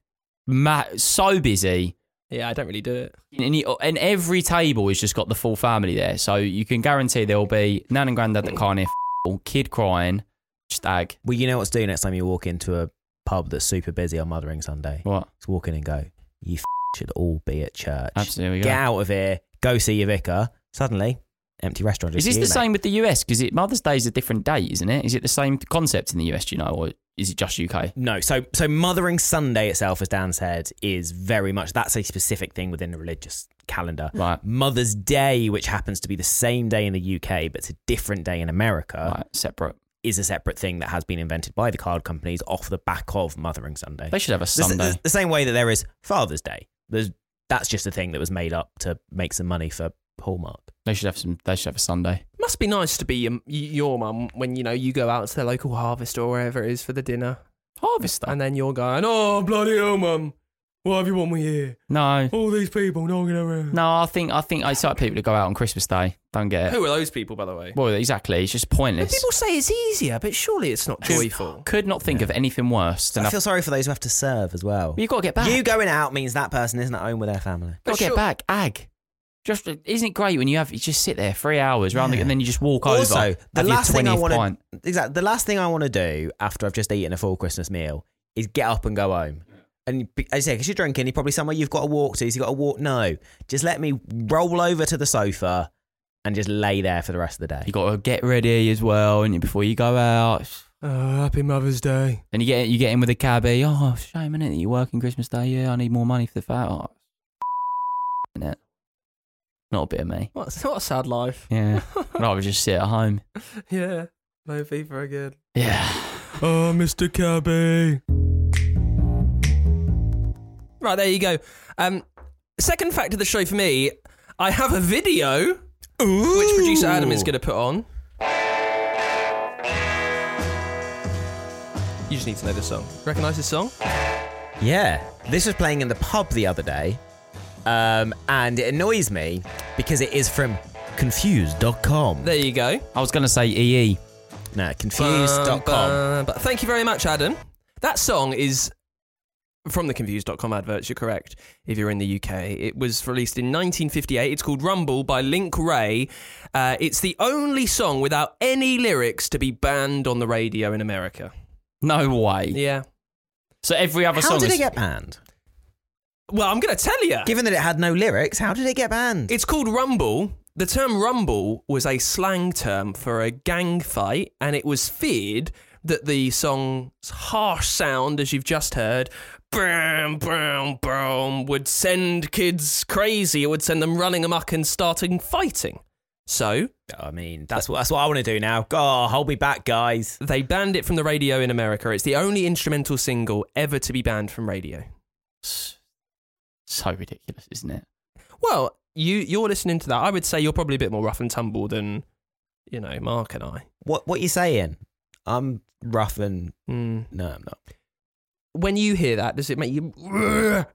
Speaker 3: Ma- so busy,
Speaker 1: Yeah, I don't really do it.
Speaker 3: and, you- and every table has just got the full family there, so you can guarantee there will be nan and granddad that can't hear f- kid crying. Just ag.
Speaker 2: Well, you know what's due next time you walk into a pub that's super busy on Mothering Sunday.
Speaker 3: What?
Speaker 2: Just walk in and go, you f- should all be at church.
Speaker 3: Absolutely, we go.
Speaker 2: Get out of here. Go see your vicar. Suddenly, empty restaurant.
Speaker 3: Is
Speaker 2: just
Speaker 3: this
Speaker 2: you,
Speaker 3: the
Speaker 2: mate.
Speaker 3: same with the US? Because Mother's Day is a different date, isn't it? Is it the same concept in the US? Do you know, or is it just UK?
Speaker 2: No. So, so Mothering Sunday itself, as Dan said, is very much that's a specific thing within the religious calendar.
Speaker 3: Right.
Speaker 2: Mother's Day, which happens to be the same day in the UK, but it's a different day in America,
Speaker 3: right, separate.
Speaker 2: is a separate thing that has been invented by the card companies off the back of Mothering Sunday.
Speaker 3: They should have a
Speaker 2: The s-
Speaker 3: Sunday.
Speaker 2: The, the same way that there is Father's Day. There's, that's just a thing that was made up to make some money for Hallmark.
Speaker 3: They should have some. They should have a Sunday.
Speaker 1: Must be nice to be your, your mum when you know you go out to the local harvest or wherever it is for the dinner,
Speaker 3: Harvest
Speaker 1: and then you're going, "Oh bloody hell, mum! Why have you want me here?
Speaker 3: No,
Speaker 1: All these people knocking around."
Speaker 3: no. I think I think I like people to go out on Christmas Day. Don't get it.
Speaker 1: Who are those people, by the way?
Speaker 3: Well, exactly. It's just
Speaker 1: And
Speaker 3: pointless.
Speaker 1: people say it's easier, but surely it's not
Speaker 3: It's-
Speaker 1: joyful.
Speaker 3: Could not think of anything worse than
Speaker 2: I
Speaker 3: a-
Speaker 2: feel sorry for those who have to serve as well.
Speaker 3: you got to get back.
Speaker 2: You going out means that person isn't at home with their family.
Speaker 3: got
Speaker 1: But
Speaker 3: to get
Speaker 1: sure-
Speaker 3: back. Ag. Just uh, isn't it great when you have you just sit there three hours round the,
Speaker 2: Yeah.
Speaker 3: and then you just walk over.
Speaker 2: Also, the
Speaker 3: have your
Speaker 2: last thing I
Speaker 3: 20th
Speaker 2: want
Speaker 3: pint.
Speaker 2: to exactly the last thing I want to do after I've just eaten a full Christmas meal is get up and go home. And be- as you say, because you're drinking, you're probably somewhere you've got to walk to. So you've got to walk. No, just let me roll over to the sofa and just lay there for the rest of the
Speaker 3: You
Speaker 2: day.
Speaker 3: got to get ready as well, and before you go out,
Speaker 1: Oh, happy Mother's Day.
Speaker 3: and you get you get in with a cabbie. Oh, shame innit, that you're working Christmas Day. Yeah, I need more money for the fat. Oh, innit? Not a bit of me.
Speaker 1: What, what a sad life.
Speaker 3: Yeah, I'd rather just sit at home.
Speaker 1: Yeah, no FIFA again.
Speaker 3: Yeah.
Speaker 1: Oh, Mr. Cabby. Right, there you go. Um, second fact of the show for me, I have a video which producer Adam is going to put on. You just need to know this song. Recognize this song?
Speaker 2: Yeah, this was playing in the pub the other day, um, and it annoys me because it is from confused.com.
Speaker 1: There you go.
Speaker 3: I was gonna say E EE.
Speaker 2: No, confused.com.
Speaker 1: Bum, bum. Thank you very much, Adam. That song is from the confused.com adverts, you're correct, if you're in the UK. It was released in 1958. It's called Rumble by Link Ray. Uh, it's the only song without any lyrics to be banned on the radio in America.
Speaker 3: No way.
Speaker 1: Yeah.
Speaker 3: So every other
Speaker 2: How
Speaker 3: song
Speaker 2: did
Speaker 3: is
Speaker 2: it get banned?
Speaker 1: Well, I'm going to tell you.
Speaker 2: Given that it had no lyrics, how did it get banned?
Speaker 1: It's called Rumble. The term Rumble was a slang term for a gang fight, and it was feared that the song's harsh sound, as you've just heard, bram, bram, bram, would send kids crazy. It would send them running amok and starting fighting. So
Speaker 2: I mean, that's what that's what I want to do now. God, hold me back, guys.
Speaker 1: they banned it from the radio in America. It's the only instrumental single ever to be banned from radio.
Speaker 3: so ridiculous, isn't it?
Speaker 1: Well, you you're listening to that. I would say you're probably a bit more rough and tumble than you know Mark and I.
Speaker 2: What what you saying? I'm rough and
Speaker 1: Mm.
Speaker 2: no, I'm not.
Speaker 1: When you hear that, does it make you?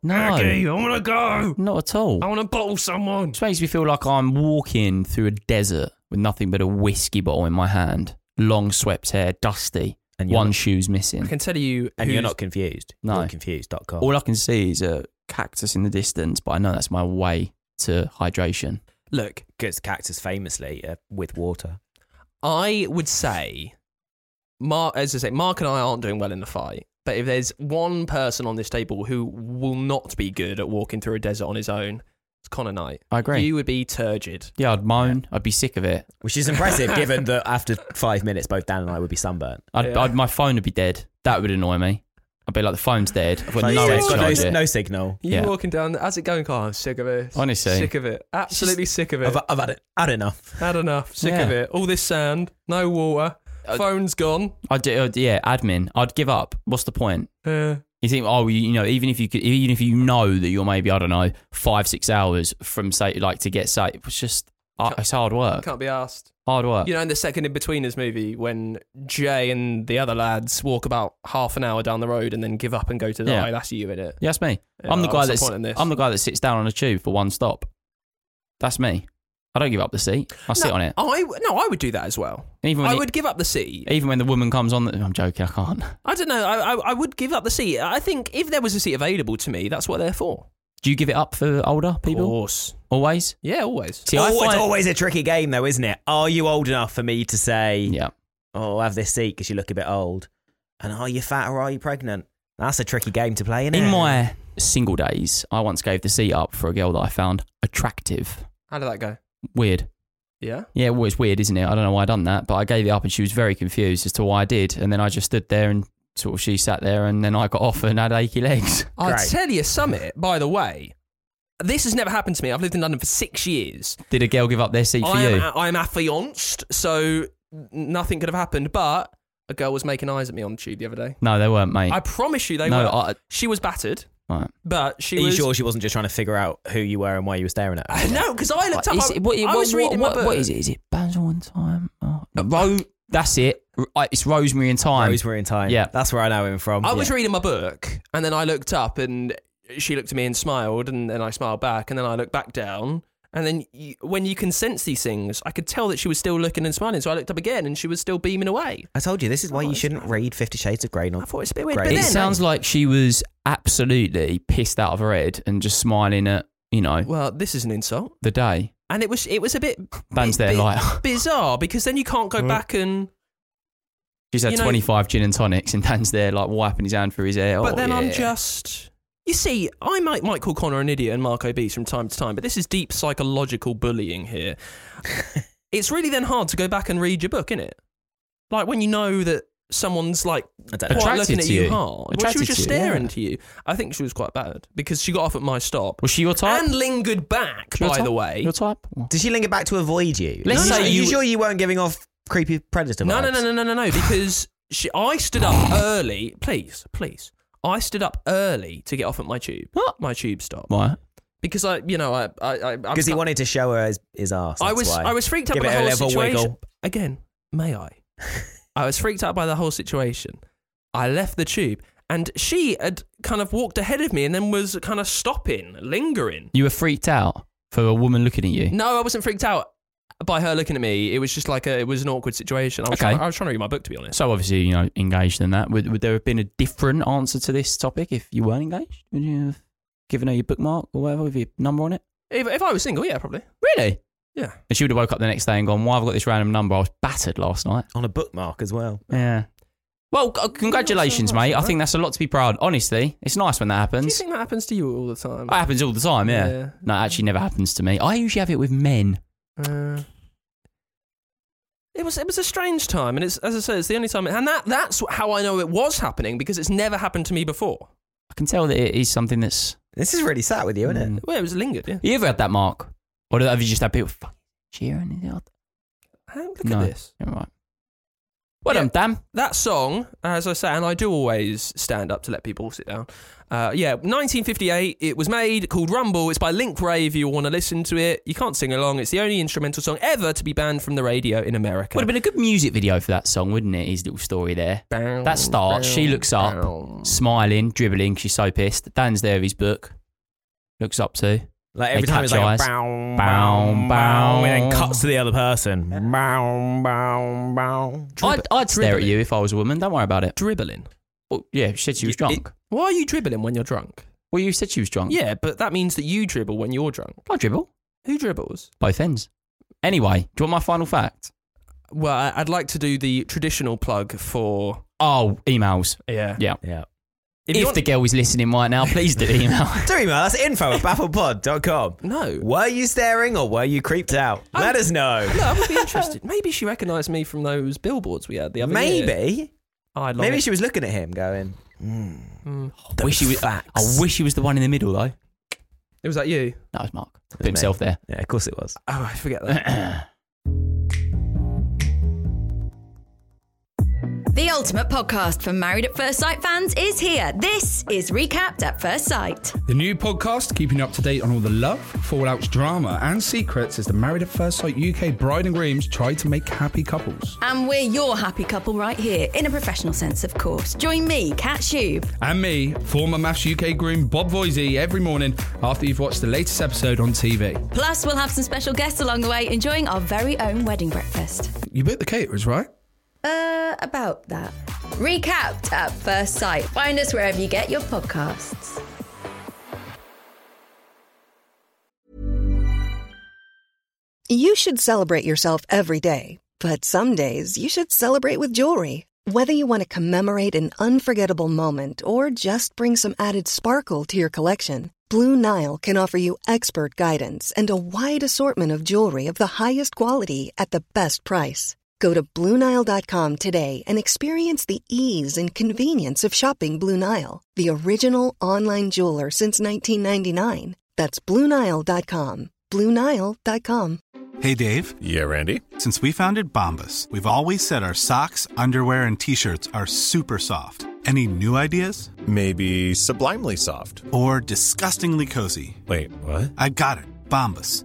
Speaker 3: No.
Speaker 1: Aggie, I want to go.
Speaker 3: Not at all.
Speaker 1: I want to bottle someone.
Speaker 3: It makes me feel like I'm walking through a desert with nothing but a whiskey bottle in my hand, long swept hair, dusty,
Speaker 2: And
Speaker 3: and
Speaker 2: you're
Speaker 3: one
Speaker 2: not-
Speaker 3: shoe's
Speaker 1: I
Speaker 3: missing.
Speaker 1: can tell you,
Speaker 2: And you're
Speaker 1: who's-
Speaker 2: not confused.
Speaker 3: No.
Speaker 2: You're confused.com.
Speaker 3: All I can see is a cactus in the distance, but I know that's my way to hydration.
Speaker 1: Look,
Speaker 2: because cactus famously uh, with water.
Speaker 1: I would say, Mark, as I say, Mark and I aren't doing well in the fight. But if there's one person on this table who will not be good at walking through a desert on his own, it's Connor Knight.
Speaker 3: I agree.
Speaker 1: You would be turgid.
Speaker 3: yeah, I'd moan. I'd be sick of it.
Speaker 2: Which is impressive given that after five minutes both Dan and I would be sunburnt.
Speaker 3: I'd,
Speaker 1: Yeah.
Speaker 3: I'd, my phone would be dead. That would annoy me. I'd be like, the phone's dead. I've got
Speaker 2: Phone's
Speaker 3: no
Speaker 2: dead,
Speaker 3: way to
Speaker 2: got
Speaker 3: charge
Speaker 2: no,
Speaker 3: it.
Speaker 2: no signal.
Speaker 1: You
Speaker 3: Yeah.
Speaker 1: walking down, how's it going, Connor? I'm sick of it.
Speaker 3: Honestly.
Speaker 1: Sick of it. Absolutely sick of it.
Speaker 2: I've, I've had it had enough.
Speaker 1: Had enough. Sick
Speaker 3: Yeah.
Speaker 1: of it. All this sand, no water,
Speaker 3: Uh,
Speaker 1: phone's gone.
Speaker 3: I'd, do- I'd- yeah, admin. I'd give up. What's the point?
Speaker 1: Uh,
Speaker 3: You think, oh, you, you know, even if you could, even if you know that you're maybe I don't know five six hours from say like to get say, it's just uh, it's hard work,
Speaker 1: can't be asked.
Speaker 3: hard work.
Speaker 1: You know, in the second In Betweeners movie, when Jay and the other lads walk about half an hour down the road and then give up and go to the
Speaker 3: Yeah.
Speaker 1: eye, that's you in it.
Speaker 3: yeah, that's me.
Speaker 1: Yeah,
Speaker 3: I'm the guy
Speaker 1: what's the
Speaker 3: that's
Speaker 1: point in this?
Speaker 3: I'm the guy that sits down on a tube for one stop. That's me. I don't give up the seat. I sit
Speaker 1: no,
Speaker 3: on it.
Speaker 1: I w- no, I would do that as well.
Speaker 3: Even when
Speaker 1: I
Speaker 3: it-
Speaker 1: would give up the seat.
Speaker 3: Even when the woman comes on, the, I'm joking. I can't.
Speaker 1: I don't know. I, I I would give up the seat. I think if there was a seat available to me, that's what they're for.
Speaker 3: Do you give it up for older people?
Speaker 1: Of course.
Speaker 3: Always.
Speaker 1: Yeah, always.
Speaker 3: See, I
Speaker 2: Oh, it's
Speaker 3: find-
Speaker 2: always a tricky game though, isn't it? Are you old enough for me to say,
Speaker 3: Yeah.
Speaker 2: oh, I'll have this seat because you look a bit old? And are you fat or are you pregnant? That's a tricky game to play, isn't it?
Speaker 3: In my single days, I once gave the seat up for a girl that I found attractive.
Speaker 1: How did that go?
Speaker 3: Weird.
Speaker 1: Yeah.
Speaker 3: Yeah, well, it's weird, isn't it? I don't know why I done that, but I gave it up, and she was very confused as to why I did. And then I just stood there, and sort of she sat there, and then I got off and had achy legs.
Speaker 1: I
Speaker 2: Great.
Speaker 1: tell you, Summit, by the way, this has never happened to me. I've lived in London for six years.
Speaker 3: Did a girl give up their seat for
Speaker 1: I
Speaker 3: you?
Speaker 1: am, a- I'm affianced, so n- nothing could have happened. But a girl was making eyes at me on the tube the other day.
Speaker 3: no, they weren't, mate.
Speaker 1: I promise you, they
Speaker 3: no,
Speaker 1: were.
Speaker 3: I,
Speaker 1: she was battered,
Speaker 3: right.
Speaker 1: but she
Speaker 2: Are you
Speaker 1: was.
Speaker 2: sure she wasn't just trying to figure out who you were and why you were staring at her?
Speaker 1: No, because I looked up.
Speaker 3: Is
Speaker 1: I,
Speaker 3: it- what-
Speaker 1: I
Speaker 3: what-
Speaker 1: was reading
Speaker 3: what,
Speaker 1: my book.
Speaker 3: what is it? Is it Basil and Time? Oh, Ro- that's it. R- I- It's Rosemary and Time.
Speaker 2: Rosemary and Time.
Speaker 3: Yeah.
Speaker 2: That's where I know him from.
Speaker 1: I was reading my book, and then I looked up, and she looked at me and smiled, and then I smiled back, and then I looked back down. And then you, when you can sense these things, I could tell that she was still looking and smiling. So I looked up again, and she was still beaming away.
Speaker 2: I told you, this is why
Speaker 1: Oh,
Speaker 2: you
Speaker 1: it's
Speaker 2: shouldn't read Fifty Shades of Grey.
Speaker 1: I
Speaker 2: Not
Speaker 1: thought it's a bit weird.
Speaker 2: Great.
Speaker 1: But
Speaker 3: It
Speaker 1: then,
Speaker 3: sounds like she was absolutely pissed out of her head and just smiling at you know
Speaker 1: well, this is an insult,
Speaker 3: the day.
Speaker 1: and it was it was a bit
Speaker 3: Dan's there
Speaker 1: bit
Speaker 3: like-
Speaker 1: bizarre because then you can't
Speaker 3: Mm.
Speaker 1: go back and.
Speaker 3: She's had
Speaker 1: You know-
Speaker 3: 25 gin and tonics, and Dan's there like wiping his hand through his hair.
Speaker 1: But
Speaker 3: Oh,
Speaker 1: then I'm
Speaker 3: yeah.
Speaker 1: just. You see, I might, might call Connor an idiot and Mark obese from time to time, but this is deep psychological bullying here. it's really then hard to go back and read your book, isn't it? Like when you know that someone's like
Speaker 2: I don't
Speaker 1: quite
Speaker 2: know.
Speaker 3: Attracted
Speaker 1: looking
Speaker 3: to
Speaker 1: at you,
Speaker 3: you.
Speaker 1: hard. Well, she
Speaker 3: Attracted
Speaker 1: was just
Speaker 3: to you,
Speaker 1: staring
Speaker 3: yeah.
Speaker 1: to you. I think she was quite bad because she got off at my stop
Speaker 3: Was she your type?
Speaker 1: and lingered back.
Speaker 3: Your
Speaker 1: by
Speaker 3: type?
Speaker 1: the way,
Speaker 3: Your type?
Speaker 2: Did she linger back to avoid you?
Speaker 3: Let's
Speaker 2: No, no,
Speaker 3: say
Speaker 2: no, Are you
Speaker 3: you-
Speaker 2: sure you weren't giving off creepy predator vibes?
Speaker 1: No, no, no, no, no, no, no. Because she, I stood up early. Please, please. I stood up early to get off at my tube.
Speaker 3: What?
Speaker 1: My tube stop.
Speaker 3: Why?
Speaker 1: Because I, you know, I, I, I I'm
Speaker 2: Because he
Speaker 1: cut-
Speaker 2: wanted to show her his, his ass.
Speaker 1: I
Speaker 2: that's
Speaker 1: was,
Speaker 2: why.
Speaker 1: I was freaked out
Speaker 2: Give
Speaker 1: by
Speaker 2: it
Speaker 1: the
Speaker 2: a
Speaker 1: whole
Speaker 2: little
Speaker 1: situation.
Speaker 2: wiggle.
Speaker 1: Again, may I? I was freaked out by the whole situation. I left the tube, and she had kind of walked ahead of me, and then was kind of stopping, lingering.
Speaker 3: You were freaked out for a woman looking at you.
Speaker 1: No, I wasn't freaked out by her looking at me. It was just like a, it was an awkward situation. I was,
Speaker 3: Okay.
Speaker 1: trying, I was trying to read my book, to be honest.
Speaker 3: So obviously, you know, engaged in that. Would, would there have been a different answer to this topic if you weren't engaged? Would you have given her your bookmark or whatever with your number on it?
Speaker 1: If, if I was single, yeah, probably.
Speaker 3: Really?
Speaker 1: Yeah.
Speaker 3: And she would have woke up the next day and gone, "Why have I got this random number? I was battered last night."
Speaker 2: on a bookmark as well.
Speaker 3: Yeah. Well, c- uh, congratulations,
Speaker 1: so much,
Speaker 3: mate. I
Speaker 1: man.
Speaker 3: think that's a lot to be proud. Honestly, it's nice when that
Speaker 1: Do you
Speaker 3: happens.
Speaker 1: think that happens to you all the time?
Speaker 3: It happens all the time, yeah.
Speaker 1: Yeah.
Speaker 3: No, it actually never happens to me. I usually have it with men.
Speaker 1: Uh, it was it was a strange time, and it's as I say, it's the only time, and that that's how I know it was happening because it's never happened to me before.
Speaker 3: I can tell that it is something that's.
Speaker 2: This is really sat with you, isn't it?
Speaker 1: Well, it was lingered. Yeah,
Speaker 3: You ever had that mark, or have you just had people fucking cheering?
Speaker 1: Hey, look
Speaker 3: No.
Speaker 1: at this.
Speaker 3: Yeah, right. Well
Speaker 1: Yeah.
Speaker 3: done, Dan.
Speaker 1: That song, as I say, and I do always stand up to let people sit down. Uh, yeah, 1958. It was made called Rumble. It's by Link Ray. If you want to listen to it, you can't sing along. It's the only instrumental song ever to be banned from the radio in America.
Speaker 3: Would have been a good music video for that song, wouldn't it? His little story there.
Speaker 1: Bow,
Speaker 3: That starts. She
Speaker 1: bow,
Speaker 3: looks up,
Speaker 1: bow.
Speaker 3: smiling, dribbling. She's so pissed. Dan's there with his book. Looks up to.
Speaker 2: Like
Speaker 3: They
Speaker 2: every time it's like
Speaker 3: catch
Speaker 2: a
Speaker 3: eyes.
Speaker 2: bow,
Speaker 3: Bow,
Speaker 2: bow,
Speaker 3: bow.
Speaker 2: bow, and then cuts to the other person. Bow, bow, bow.
Speaker 3: I'd, I'd stare at
Speaker 1: dribbling.
Speaker 3: you if I was a woman. Don't worry about it.
Speaker 1: dribbling.
Speaker 3: Well, yeah, she said she was
Speaker 1: It-
Speaker 3: drunk.
Speaker 1: why are you dribbling when you're drunk?
Speaker 3: well, you said she was drunk.
Speaker 1: Yeah, but that means that you dribble when you're drunk.
Speaker 3: I dribble.
Speaker 1: Who dribbles?
Speaker 3: Both ends. Anyway, do you want my final fact?
Speaker 1: Well, I- I'd like to do the traditional plug for
Speaker 3: Oh, emails.
Speaker 1: yeah.
Speaker 3: Yeah.
Speaker 2: Yeah.
Speaker 1: If,
Speaker 3: If,
Speaker 1: you want-
Speaker 3: the girl is listening right now, please do email.
Speaker 2: Do email us info at bafflepod.com.
Speaker 1: no,
Speaker 2: Were you staring or were you creeped out? Let us know.
Speaker 1: No, I would be interested. Maybe she recognised me from those billboards we had the other year.
Speaker 2: Maybe.
Speaker 1: I'd like
Speaker 2: Maybe
Speaker 1: it.
Speaker 2: she was looking at him going,
Speaker 3: Hmm.
Speaker 2: hmm,
Speaker 3: I wish he was. I wish he was the one in the middle though.
Speaker 1: It was that you.
Speaker 3: That was Mark. Put himself there.
Speaker 2: Yeah, of course it was.
Speaker 1: Oh, I forget that.
Speaker 4: The ultimate podcast for Married at First Sight fans is here. This is Recapped at First Sight.
Speaker 5: The new podcast, keeping you up to date on all the love, fallouts, drama, and secrets as the Married at First Sight UK bride and grooms try to make happy couples.
Speaker 4: And we're your happy couple right here, in a professional sense, of course. Join me, Kat Shube,
Speaker 5: And me, former MASH UK groom Bob Voisey, every morning after you've watched the latest episode on TV.
Speaker 4: Plus, we'll have some special guests along the way enjoying our very own wedding breakfast.
Speaker 5: You booked the caterers, right?
Speaker 4: Uh, about that. Recapped at First Sight. Find us wherever you get your podcasts.
Speaker 6: You should celebrate yourself every day, but some days you should celebrate with jewelry. Whether you want to commemorate an unforgettable moment or just bring some added sparkle to your collection, Blue Nile can offer you expert guidance and a wide assortment of jewelry of the highest quality at the best price. Go to BlueNile.com today and experience the ease and convenience of shopping Blue Nile, the original online jeweler since 1999. That's BlueNile.com. BlueNile.com.
Speaker 7: Hey, Dave,
Speaker 8: Yeah, Randy.
Speaker 7: since we founded Bombus, we've always said our socks, underwear, and t shirts are super soft. Any new ideas?
Speaker 8: Maybe sublimely soft.
Speaker 7: Or disgustingly cozy?
Speaker 8: Wait, what?
Speaker 7: I got it. Bombus.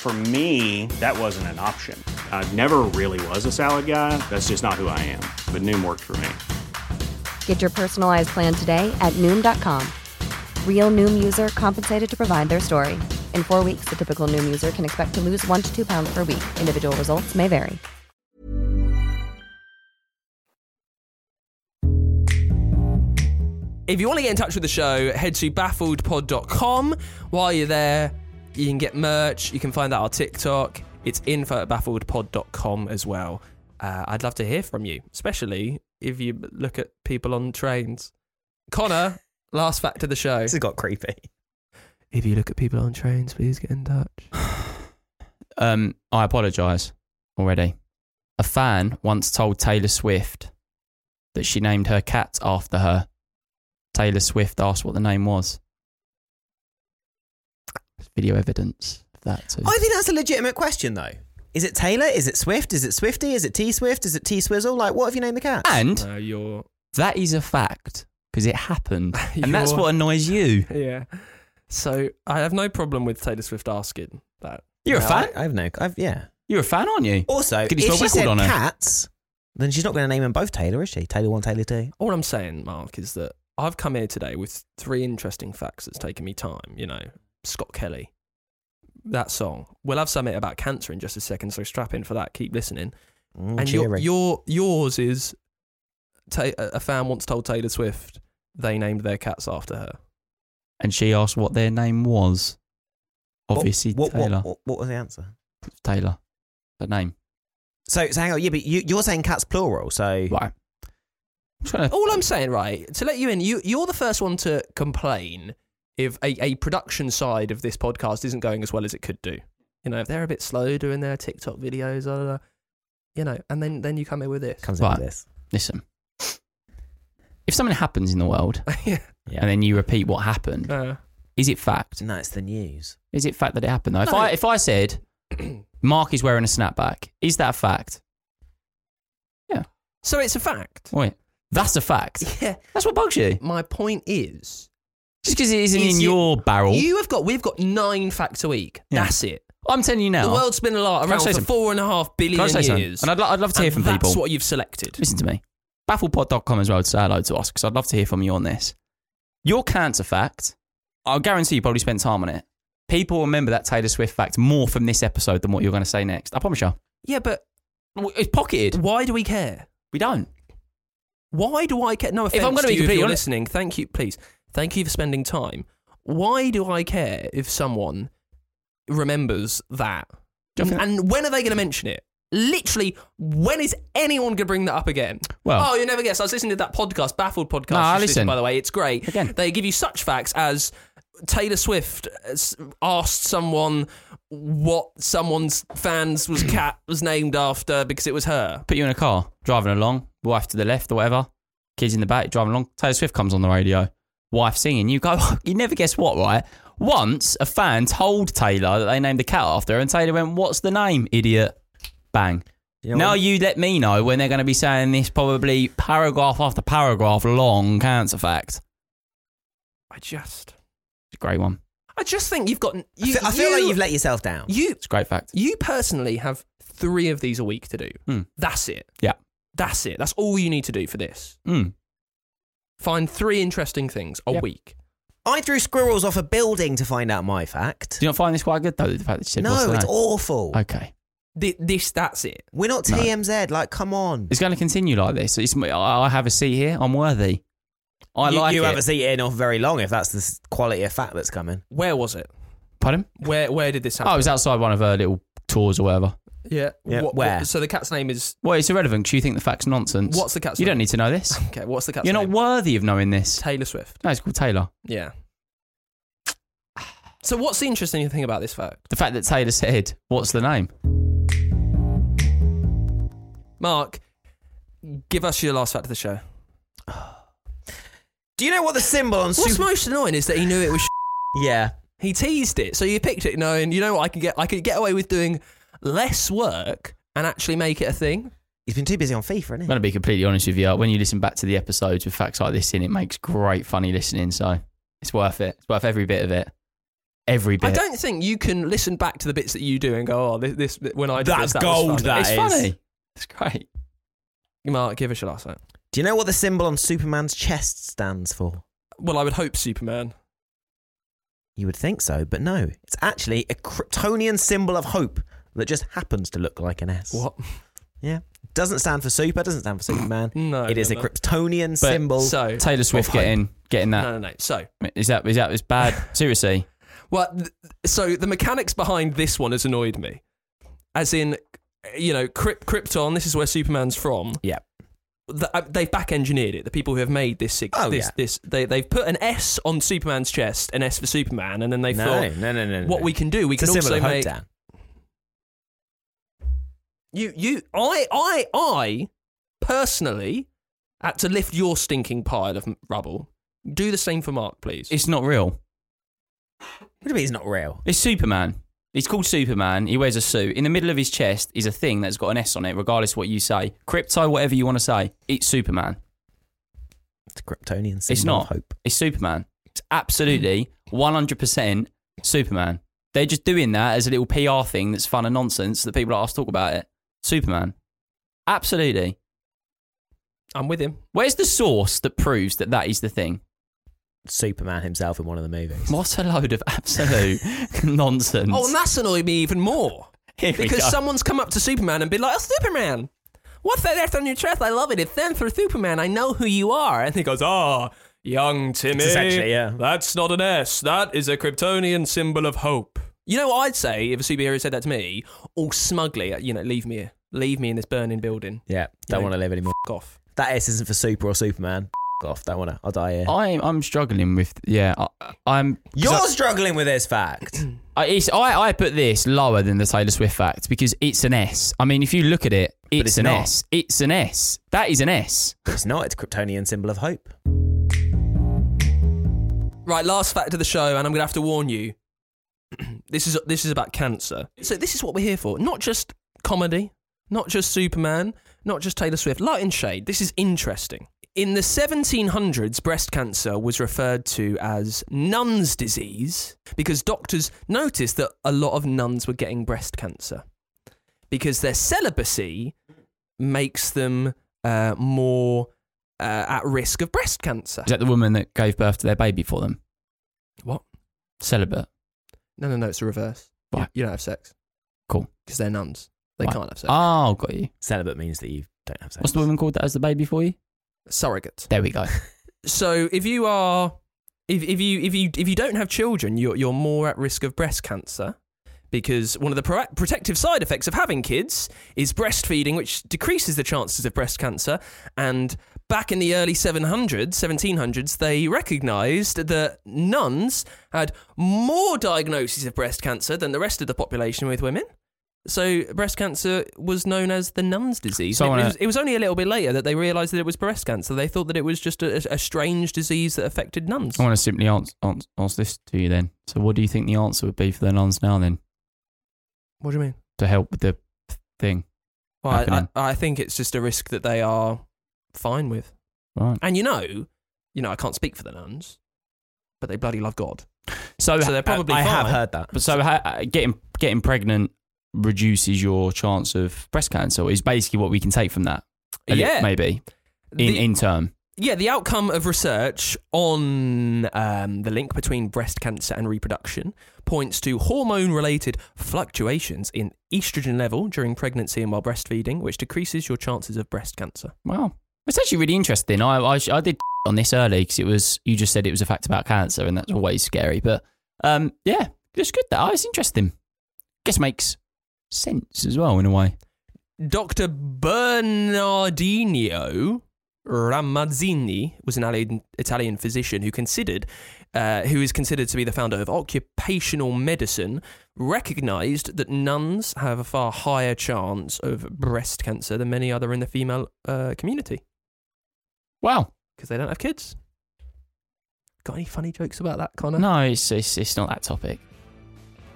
Speaker 9: For me, that wasn't an option. I never really was a salad guy. That's just not who I am. But Noom worked for me.
Speaker 10: Get your personalized plan today at Noom.com. Real Noom user compensated to provide their story. In four weeks, the typical Noom user can expect to lose one to two pounds per week. Individual results may vary.
Speaker 1: if you want to get in touch with the show, head to baffledpod.com. While you're there, you can get merch. You can find out our TikTok. It's info at baffledpod.com as well. Uh, I'd love to hear from you, especially if you look at people on trains. Connor, last fact of the show.
Speaker 2: This has got creepy.
Speaker 1: If you look at people on trains, please get in touch.
Speaker 3: Um, I apologise already. A fan once told Taylor Swift that she named her cat after her. Taylor Swift asked what the name was. There's video evidence of that too.
Speaker 2: I think that's a legitimate question, though. Is it Taylor? Is it Swift? Is it Swifty? Is it T Swift? Is it T Swizzle? Like, what have you named the cat?
Speaker 3: and
Speaker 1: No, you're.
Speaker 3: that is a fact because it happened, and that's
Speaker 1: You're-
Speaker 3: what annoys you.
Speaker 1: Yeah. So I have no problem with Taylor Swift asking that.
Speaker 3: You're a
Speaker 2: No,
Speaker 3: fan.
Speaker 2: I, I've no. I've yeah.
Speaker 3: You're a fan, aren't you?
Speaker 2: Also,
Speaker 3: Could he
Speaker 2: if
Speaker 3: spell
Speaker 2: she
Speaker 3: record
Speaker 2: said
Speaker 3: on her?
Speaker 2: cats, then she's not going to name them both Taylor, is she? Taylor one, Taylor two.
Speaker 1: All I'm saying, Mark, is that I've come here today with three interesting facts that's taken me time. You know, Scott Kelly, that song. We'll have something about cancer in just a second, so strap in for that. Keep listening.
Speaker 2: Mm,
Speaker 1: and your,
Speaker 2: cheery.
Speaker 1: your yours is ta- a a fan once told Taylor Swift they named their cats after her.
Speaker 3: And she asked what their name was.
Speaker 2: What-
Speaker 3: Obviously,
Speaker 2: what, what,
Speaker 3: Taylor.
Speaker 2: What, what was the answer?
Speaker 3: Taylor. The name.
Speaker 2: So, so hang on. Yeah, but you, you're saying cats plural. So
Speaker 3: Right.
Speaker 1: All I'm saying, right, to let you in, you you're the first one to complain if a, a production side of this podcast isn't going as well as it could do. You know, if they're a bit slow doing their TikTok videos, blah, blah, blah, you know, and then then you come in with this.
Speaker 2: Comes
Speaker 3: Right. Listen. If something happens in the world
Speaker 1: Yeah.
Speaker 3: and then you repeat what happened,
Speaker 1: Uh,
Speaker 3: is it fact?
Speaker 2: No, it's the news.
Speaker 3: Is it fact that it happened though? If
Speaker 1: No.
Speaker 3: I if I said Mark is wearing a snapback, is that a fact?
Speaker 1: so it's a fact.
Speaker 3: Wait. That's a fact.
Speaker 1: Yeah.
Speaker 3: That's what bugs you.
Speaker 1: My point is,
Speaker 3: Just because it isn't
Speaker 1: Is
Speaker 3: in
Speaker 1: you-
Speaker 3: your barrel.
Speaker 1: you have got we've got nine facts a week.
Speaker 3: Yeah.
Speaker 1: That's it.
Speaker 3: I'm telling you now.
Speaker 1: The world's been a lot
Speaker 3: Can I
Speaker 1: around
Speaker 3: say
Speaker 1: for
Speaker 3: something?
Speaker 1: four and a half billion
Speaker 3: Can I say something?
Speaker 1: years.
Speaker 3: And I'd, lo- I'd love to hear
Speaker 1: And
Speaker 3: from
Speaker 1: that's
Speaker 3: people.
Speaker 1: what you've selected.
Speaker 3: Listen to me. Bafflepod.com as well to say hello to us because I'd love to hear from you on this. Your cancer fact, I'll guarantee you probably spent time on it. People remember that Taylor Swift fact more from this episode than what you're going to say next. I promise you.
Speaker 1: Yeah, but
Speaker 3: Well, It's pocketed.
Speaker 1: why do we care?
Speaker 3: We don't.
Speaker 1: Why do I care? No offense
Speaker 3: I'm gonna
Speaker 1: to
Speaker 3: be
Speaker 1: you if
Speaker 3: completely
Speaker 1: you're
Speaker 3: honest-
Speaker 1: listening. Thank you, please. Thank you for spending time. Why do I care if someone remembers that?
Speaker 3: Do you think-
Speaker 1: And when are they going to mention it? Literally, when is anyone going to bring that up again?
Speaker 3: Well-
Speaker 1: oh, you never guess. I was listening to that podcast, Baffled Podcast.
Speaker 3: No, I
Speaker 1: You should
Speaker 3: listen.
Speaker 1: by the way. It's great.
Speaker 3: Again.
Speaker 1: They give you such facts as Taylor Swift uh, s- asked someone what someone's fans was cat was named after because it was her.
Speaker 3: Put you in a car, driving along, wife to the left or whatever, kids in the back, driving along. Taylor Swift comes on the radio, wife singing. You go, you never guess what, right? Once a fan told Taylor that they named the cat after her, and Taylor went, What's the name, idiot? Bang.
Speaker 2: You know
Speaker 3: now
Speaker 2: what?
Speaker 3: you let me know when they're going to be saying this probably paragraph after paragraph long cancer fact.
Speaker 1: I just,
Speaker 3: It's a great one.
Speaker 1: I just think you've got. You,
Speaker 2: I feel, I feel like
Speaker 1: you-
Speaker 2: you've let yourself down.
Speaker 1: you
Speaker 3: It's a great fact.
Speaker 1: you personally have three of these a week to do.
Speaker 3: Hmm.
Speaker 1: That's it.
Speaker 3: Yeah.
Speaker 1: That's it. That's all you need to do for this.
Speaker 3: Mm.
Speaker 1: Find three interesting things a
Speaker 3: Yeah.
Speaker 1: week.
Speaker 2: I threw squirrels off a building to find out my fact.
Speaker 3: Do you not find this quite good though? The fact that she said, "What's
Speaker 2: No,
Speaker 3: the
Speaker 2: it's
Speaker 3: name?"
Speaker 2: awful.
Speaker 3: Okay,
Speaker 1: Thi- This, that's it.
Speaker 2: We're not
Speaker 3: No.
Speaker 2: TMZ. Like, come on.
Speaker 3: it's going to continue like this. It's, I I have a seat here. I'm worthy. I
Speaker 2: you,
Speaker 3: like
Speaker 2: you
Speaker 3: it.
Speaker 2: haven't seen it in off very long if that's the s- quality of fact that's coming.
Speaker 1: Where was it?
Speaker 3: Pardon?
Speaker 1: Where where did this happen?
Speaker 3: Oh, it was outside one of her little tours or whatever.
Speaker 1: yeah.
Speaker 2: Yeah, where?
Speaker 1: so the cat's name is.
Speaker 3: Well, it's irrelevant 'cause you think the fact's nonsense.
Speaker 1: What's the cat's
Speaker 3: You
Speaker 1: name?
Speaker 3: don't need to know this.
Speaker 1: Okay, what's the cat's
Speaker 3: You're not
Speaker 1: name?
Speaker 3: worthy of knowing this.
Speaker 1: Taylor Swift.
Speaker 3: No, it's called Taylor.
Speaker 1: Yeah. So what's the interesting thing about this fact?
Speaker 3: The fact that Taylor said, "What's the name?"
Speaker 1: Mark, give us your last fact of the show.
Speaker 2: Do you know what the symbol on
Speaker 1: What's
Speaker 2: Super?
Speaker 1: most annoying is that he knew it was
Speaker 2: yeah.
Speaker 1: He teased it, so you picked it, knowing you know what I can get. I could get away with doing less work and actually make it a thing.
Speaker 2: He's been too busy on FIFA, isn't
Speaker 3: I'm
Speaker 2: he?
Speaker 3: going to be completely honest with you. When you listen back to the episodes with facts like this in, it makes great funny listening. So it's worth it. It's worth every bit of it. Every bit.
Speaker 1: I don't think you can listen back to the bits that you do and go, "Oh, this, this bit- when I did
Speaker 2: That's
Speaker 1: this, that
Speaker 2: gold,
Speaker 1: Was funny."
Speaker 2: that
Speaker 3: it's
Speaker 2: is.
Speaker 3: funny. It's great.
Speaker 1: Mark, give us your last one.
Speaker 2: Do you know what the symbol on Superman's chest stands for?
Speaker 1: Well, I would hope Superman.
Speaker 2: You would think so, but no. It's actually a Kryptonian symbol of hope that just happens to look like an S.
Speaker 1: What?
Speaker 2: Yeah. Doesn't stand for super, doesn't stand for Superman.
Speaker 1: No,
Speaker 2: It is
Speaker 1: no,
Speaker 2: a
Speaker 1: no.
Speaker 2: Kryptonian symbol.
Speaker 1: So
Speaker 3: Taylor Swift
Speaker 1: Of hope.
Speaker 3: getting getting that.
Speaker 1: no, no, no. So,
Speaker 3: Is that is that is bad? Seriously.
Speaker 1: well, th- so the mechanics behind this one has annoyed me, as in, you know, Kryp- Krypton. This is where Superman's from.
Speaker 2: yeah.
Speaker 1: the, uh, they've back engineered it. The people who have made this, sig-
Speaker 2: Oh,
Speaker 1: this,
Speaker 2: yeah.
Speaker 1: this, they they've put an S on Superman's chest, an S for Superman, and then they
Speaker 2: No,
Speaker 1: thought,
Speaker 2: no, no, no, no,
Speaker 1: what
Speaker 2: no.
Speaker 1: we can do, we
Speaker 2: It's a
Speaker 1: can
Speaker 2: symbol
Speaker 1: also
Speaker 2: of hope,
Speaker 1: make
Speaker 2: Dan.
Speaker 1: you, you, I, I, I, personally, had to lift your stinking pile of m- rubble. Do the same for Mark, please.
Speaker 3: It's not real.
Speaker 2: What do you mean it's not real?
Speaker 3: It's Superman. He's called Superman. He wears a suit. In the middle of his chest is a thing that's got an S on it, regardless of what you say. Crypto, whatever you want to say, it's Superman.
Speaker 2: It's a Kryptonian symbol
Speaker 3: It's not.
Speaker 2: of hope.
Speaker 3: It's Superman. It's absolutely 100% Superman. They're just doing that as a little PR thing that's fun and nonsense that people like us talk about it. Superman. Absolutely.
Speaker 1: I'm with him.
Speaker 3: Where's the source that proves that that is the thing?
Speaker 2: Superman himself in one of the movies.
Speaker 3: What a load of absolute nonsense.
Speaker 1: Oh, and that's annoyed me even more
Speaker 3: Here we
Speaker 1: because
Speaker 3: go.
Speaker 1: someone's come up to Superman and been like, "Oh, Superman." What's that S on your chest? I love it. It's then for Superman. I know who you are. And he goes, "Ah, young Timmy.
Speaker 2: essentially, yeah.
Speaker 1: That's not an S. That is a Kryptonian symbol of hope. You know what I'd say if a superhero said that to me, all smugly, you know, leave me here. Leave me in this burning building.
Speaker 2: Yeah,
Speaker 1: You
Speaker 2: don't
Speaker 1: know,
Speaker 2: want to live anymore.
Speaker 1: F- off.
Speaker 2: That S isn't for super or Superman. F- off, don't wanna. I'll die
Speaker 1: Oh,
Speaker 2: here.
Speaker 3: I'm I'm struggling with yeah. I, I'm 'cause
Speaker 2: You're
Speaker 3: I-
Speaker 2: struggling with this fact.
Speaker 3: I, it's, I I put this lower than the Taylor Swift fact because it's an S. I mean, if you look at it, it's,
Speaker 2: it's
Speaker 3: an
Speaker 2: not.
Speaker 3: S. It's an S. That is an S.
Speaker 2: But it's not. It's Kryptonian symbol of hope.
Speaker 1: Right, last fact of the show, and I'm going to have to warn you. this is this is about cancer. So this is what we're here for. Not just comedy, not just Superman, not just Taylor Swift. Light and shade. This is interesting. In the 1700s, breast cancer was referred to as nun's disease because doctors noticed that a lot of nuns were getting breast cancer because their celibacy makes them uh, more uh, at risk of breast cancer.
Speaker 3: Is that the woman that gave birth to their baby for them?
Speaker 1: What?
Speaker 3: Celibate.
Speaker 1: No, no, no. It's the reverse. You-
Speaker 3: Right.
Speaker 1: You, don't have sex.
Speaker 3: Cool.
Speaker 1: Because they're nuns. They
Speaker 3: Right.
Speaker 1: can't have sex.
Speaker 3: Oh, got you.
Speaker 2: Celibate means that you don't have sex.
Speaker 3: What's the woman called that has the baby for you?
Speaker 1: Surrogate.
Speaker 3: There we go.
Speaker 1: So if you are, if, if you if you if you don't have children, you're you're more at risk of breast cancer. Because one of the pro- protective side effects of having kids is breastfeeding, which decreases the chances of breast cancer. And back in the early 700s, 1700s, they recognised that nuns had more diagnoses of breast cancer than the rest of the population with women. So breast cancer was known as the nun's disease.
Speaker 3: So I
Speaker 1: it,
Speaker 3: wanna-
Speaker 1: was, it was only a little bit later that they realised that it was breast cancer. They thought that it was just a, a strange disease that affected nuns.
Speaker 3: I want to simply answer, answer, ask this to you then. So, what do you think the answer would be for the nuns now then
Speaker 1: What do you mean?
Speaker 3: to help with the thing?
Speaker 1: Well, I,
Speaker 3: Happening.
Speaker 1: I, I think it's just a risk that they are fine with.
Speaker 3: Right.
Speaker 1: And you know, you know, I can't speak for the nuns, but they bloody love God.
Speaker 3: So,
Speaker 1: So they're probably
Speaker 2: Uh, I have
Speaker 1: fine.
Speaker 2: heard that.
Speaker 3: But so ha- uh, getting getting pregnant reduces your chance of breast cancer is basically what we can take from that. A li-
Speaker 1: Yeah.
Speaker 3: maybe in
Speaker 1: The-
Speaker 3: in term.
Speaker 1: Yeah, the outcome of research on um, the link between breast cancer and reproduction points to hormone related fluctuations in estrogen level during pregnancy and while breastfeeding, which decreases your chances of breast cancer.
Speaker 3: Wow, it's actually really interesting. I I, sh- I did on this early because it was you just said it was a fact about cancer and that's always scary. But um, yeah, it's good that oh, it's interesting. Guess makes sense as well in a way.
Speaker 1: Dr. Bernardino Ramazzini was an Italian- Italian physician who considered, uh, who is considered to be the founder of occupational medicine, recognized that nuns have a far higher chance of breast cancer than many other in the female uh, community
Speaker 3: Wow,
Speaker 1: because they don't have kids. Got any funny jokes about that, Connor?
Speaker 3: no, it's it's, it's not that topic.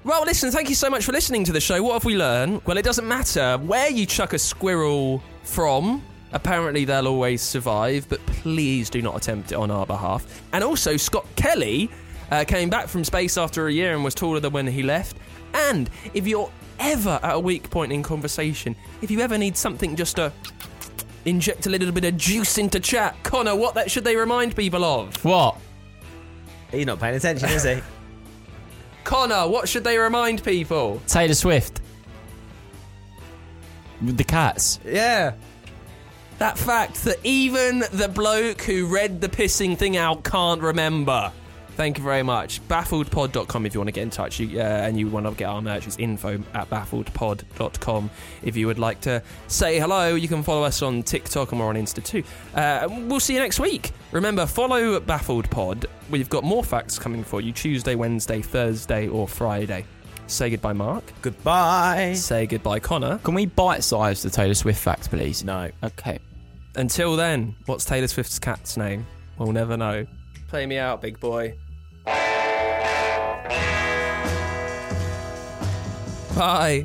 Speaker 1: Well, listen, thank you so much for listening to the show. What have we learned? Well, it doesn't matter where you chuck a squirrel from. Apparently, they'll always survive, but please do not attempt it on our behalf. And also, Scott Kelly uh, came back from space after a year and was taller than when he left. And if you're ever at a weak point in conversation, if you ever need something just to inject a little bit of juice into chat, Connor, what that should they remind people of?
Speaker 3: What?
Speaker 2: He's not paying attention, is he?
Speaker 1: Connor, what should they remind people?
Speaker 3: Taylor Swift. With The cats.
Speaker 1: Yeah. That fact that even the bloke who read the pissing thing out can't remember. Thank you very much. Baffledpod.com if you want to get in touch you, uh, and you want to get our merch. It's info at baffledpod.com. If you would like to say hello, you can follow us on TikTok and we're on Insta too. Uh, we'll see you next week. Remember, follow Baffled Pod. We've got more facts coming for you Tuesday, Wednesday, Thursday, or Friday. Say goodbye, Mark.
Speaker 2: Goodbye.
Speaker 1: Say goodbye, Connor.
Speaker 3: Can we bite size the Taylor Swift fact, please?
Speaker 2: No.
Speaker 3: Okay.
Speaker 1: Until then, what's Taylor Swift's cat's name? We'll never know. Play me out, big boy. Bye.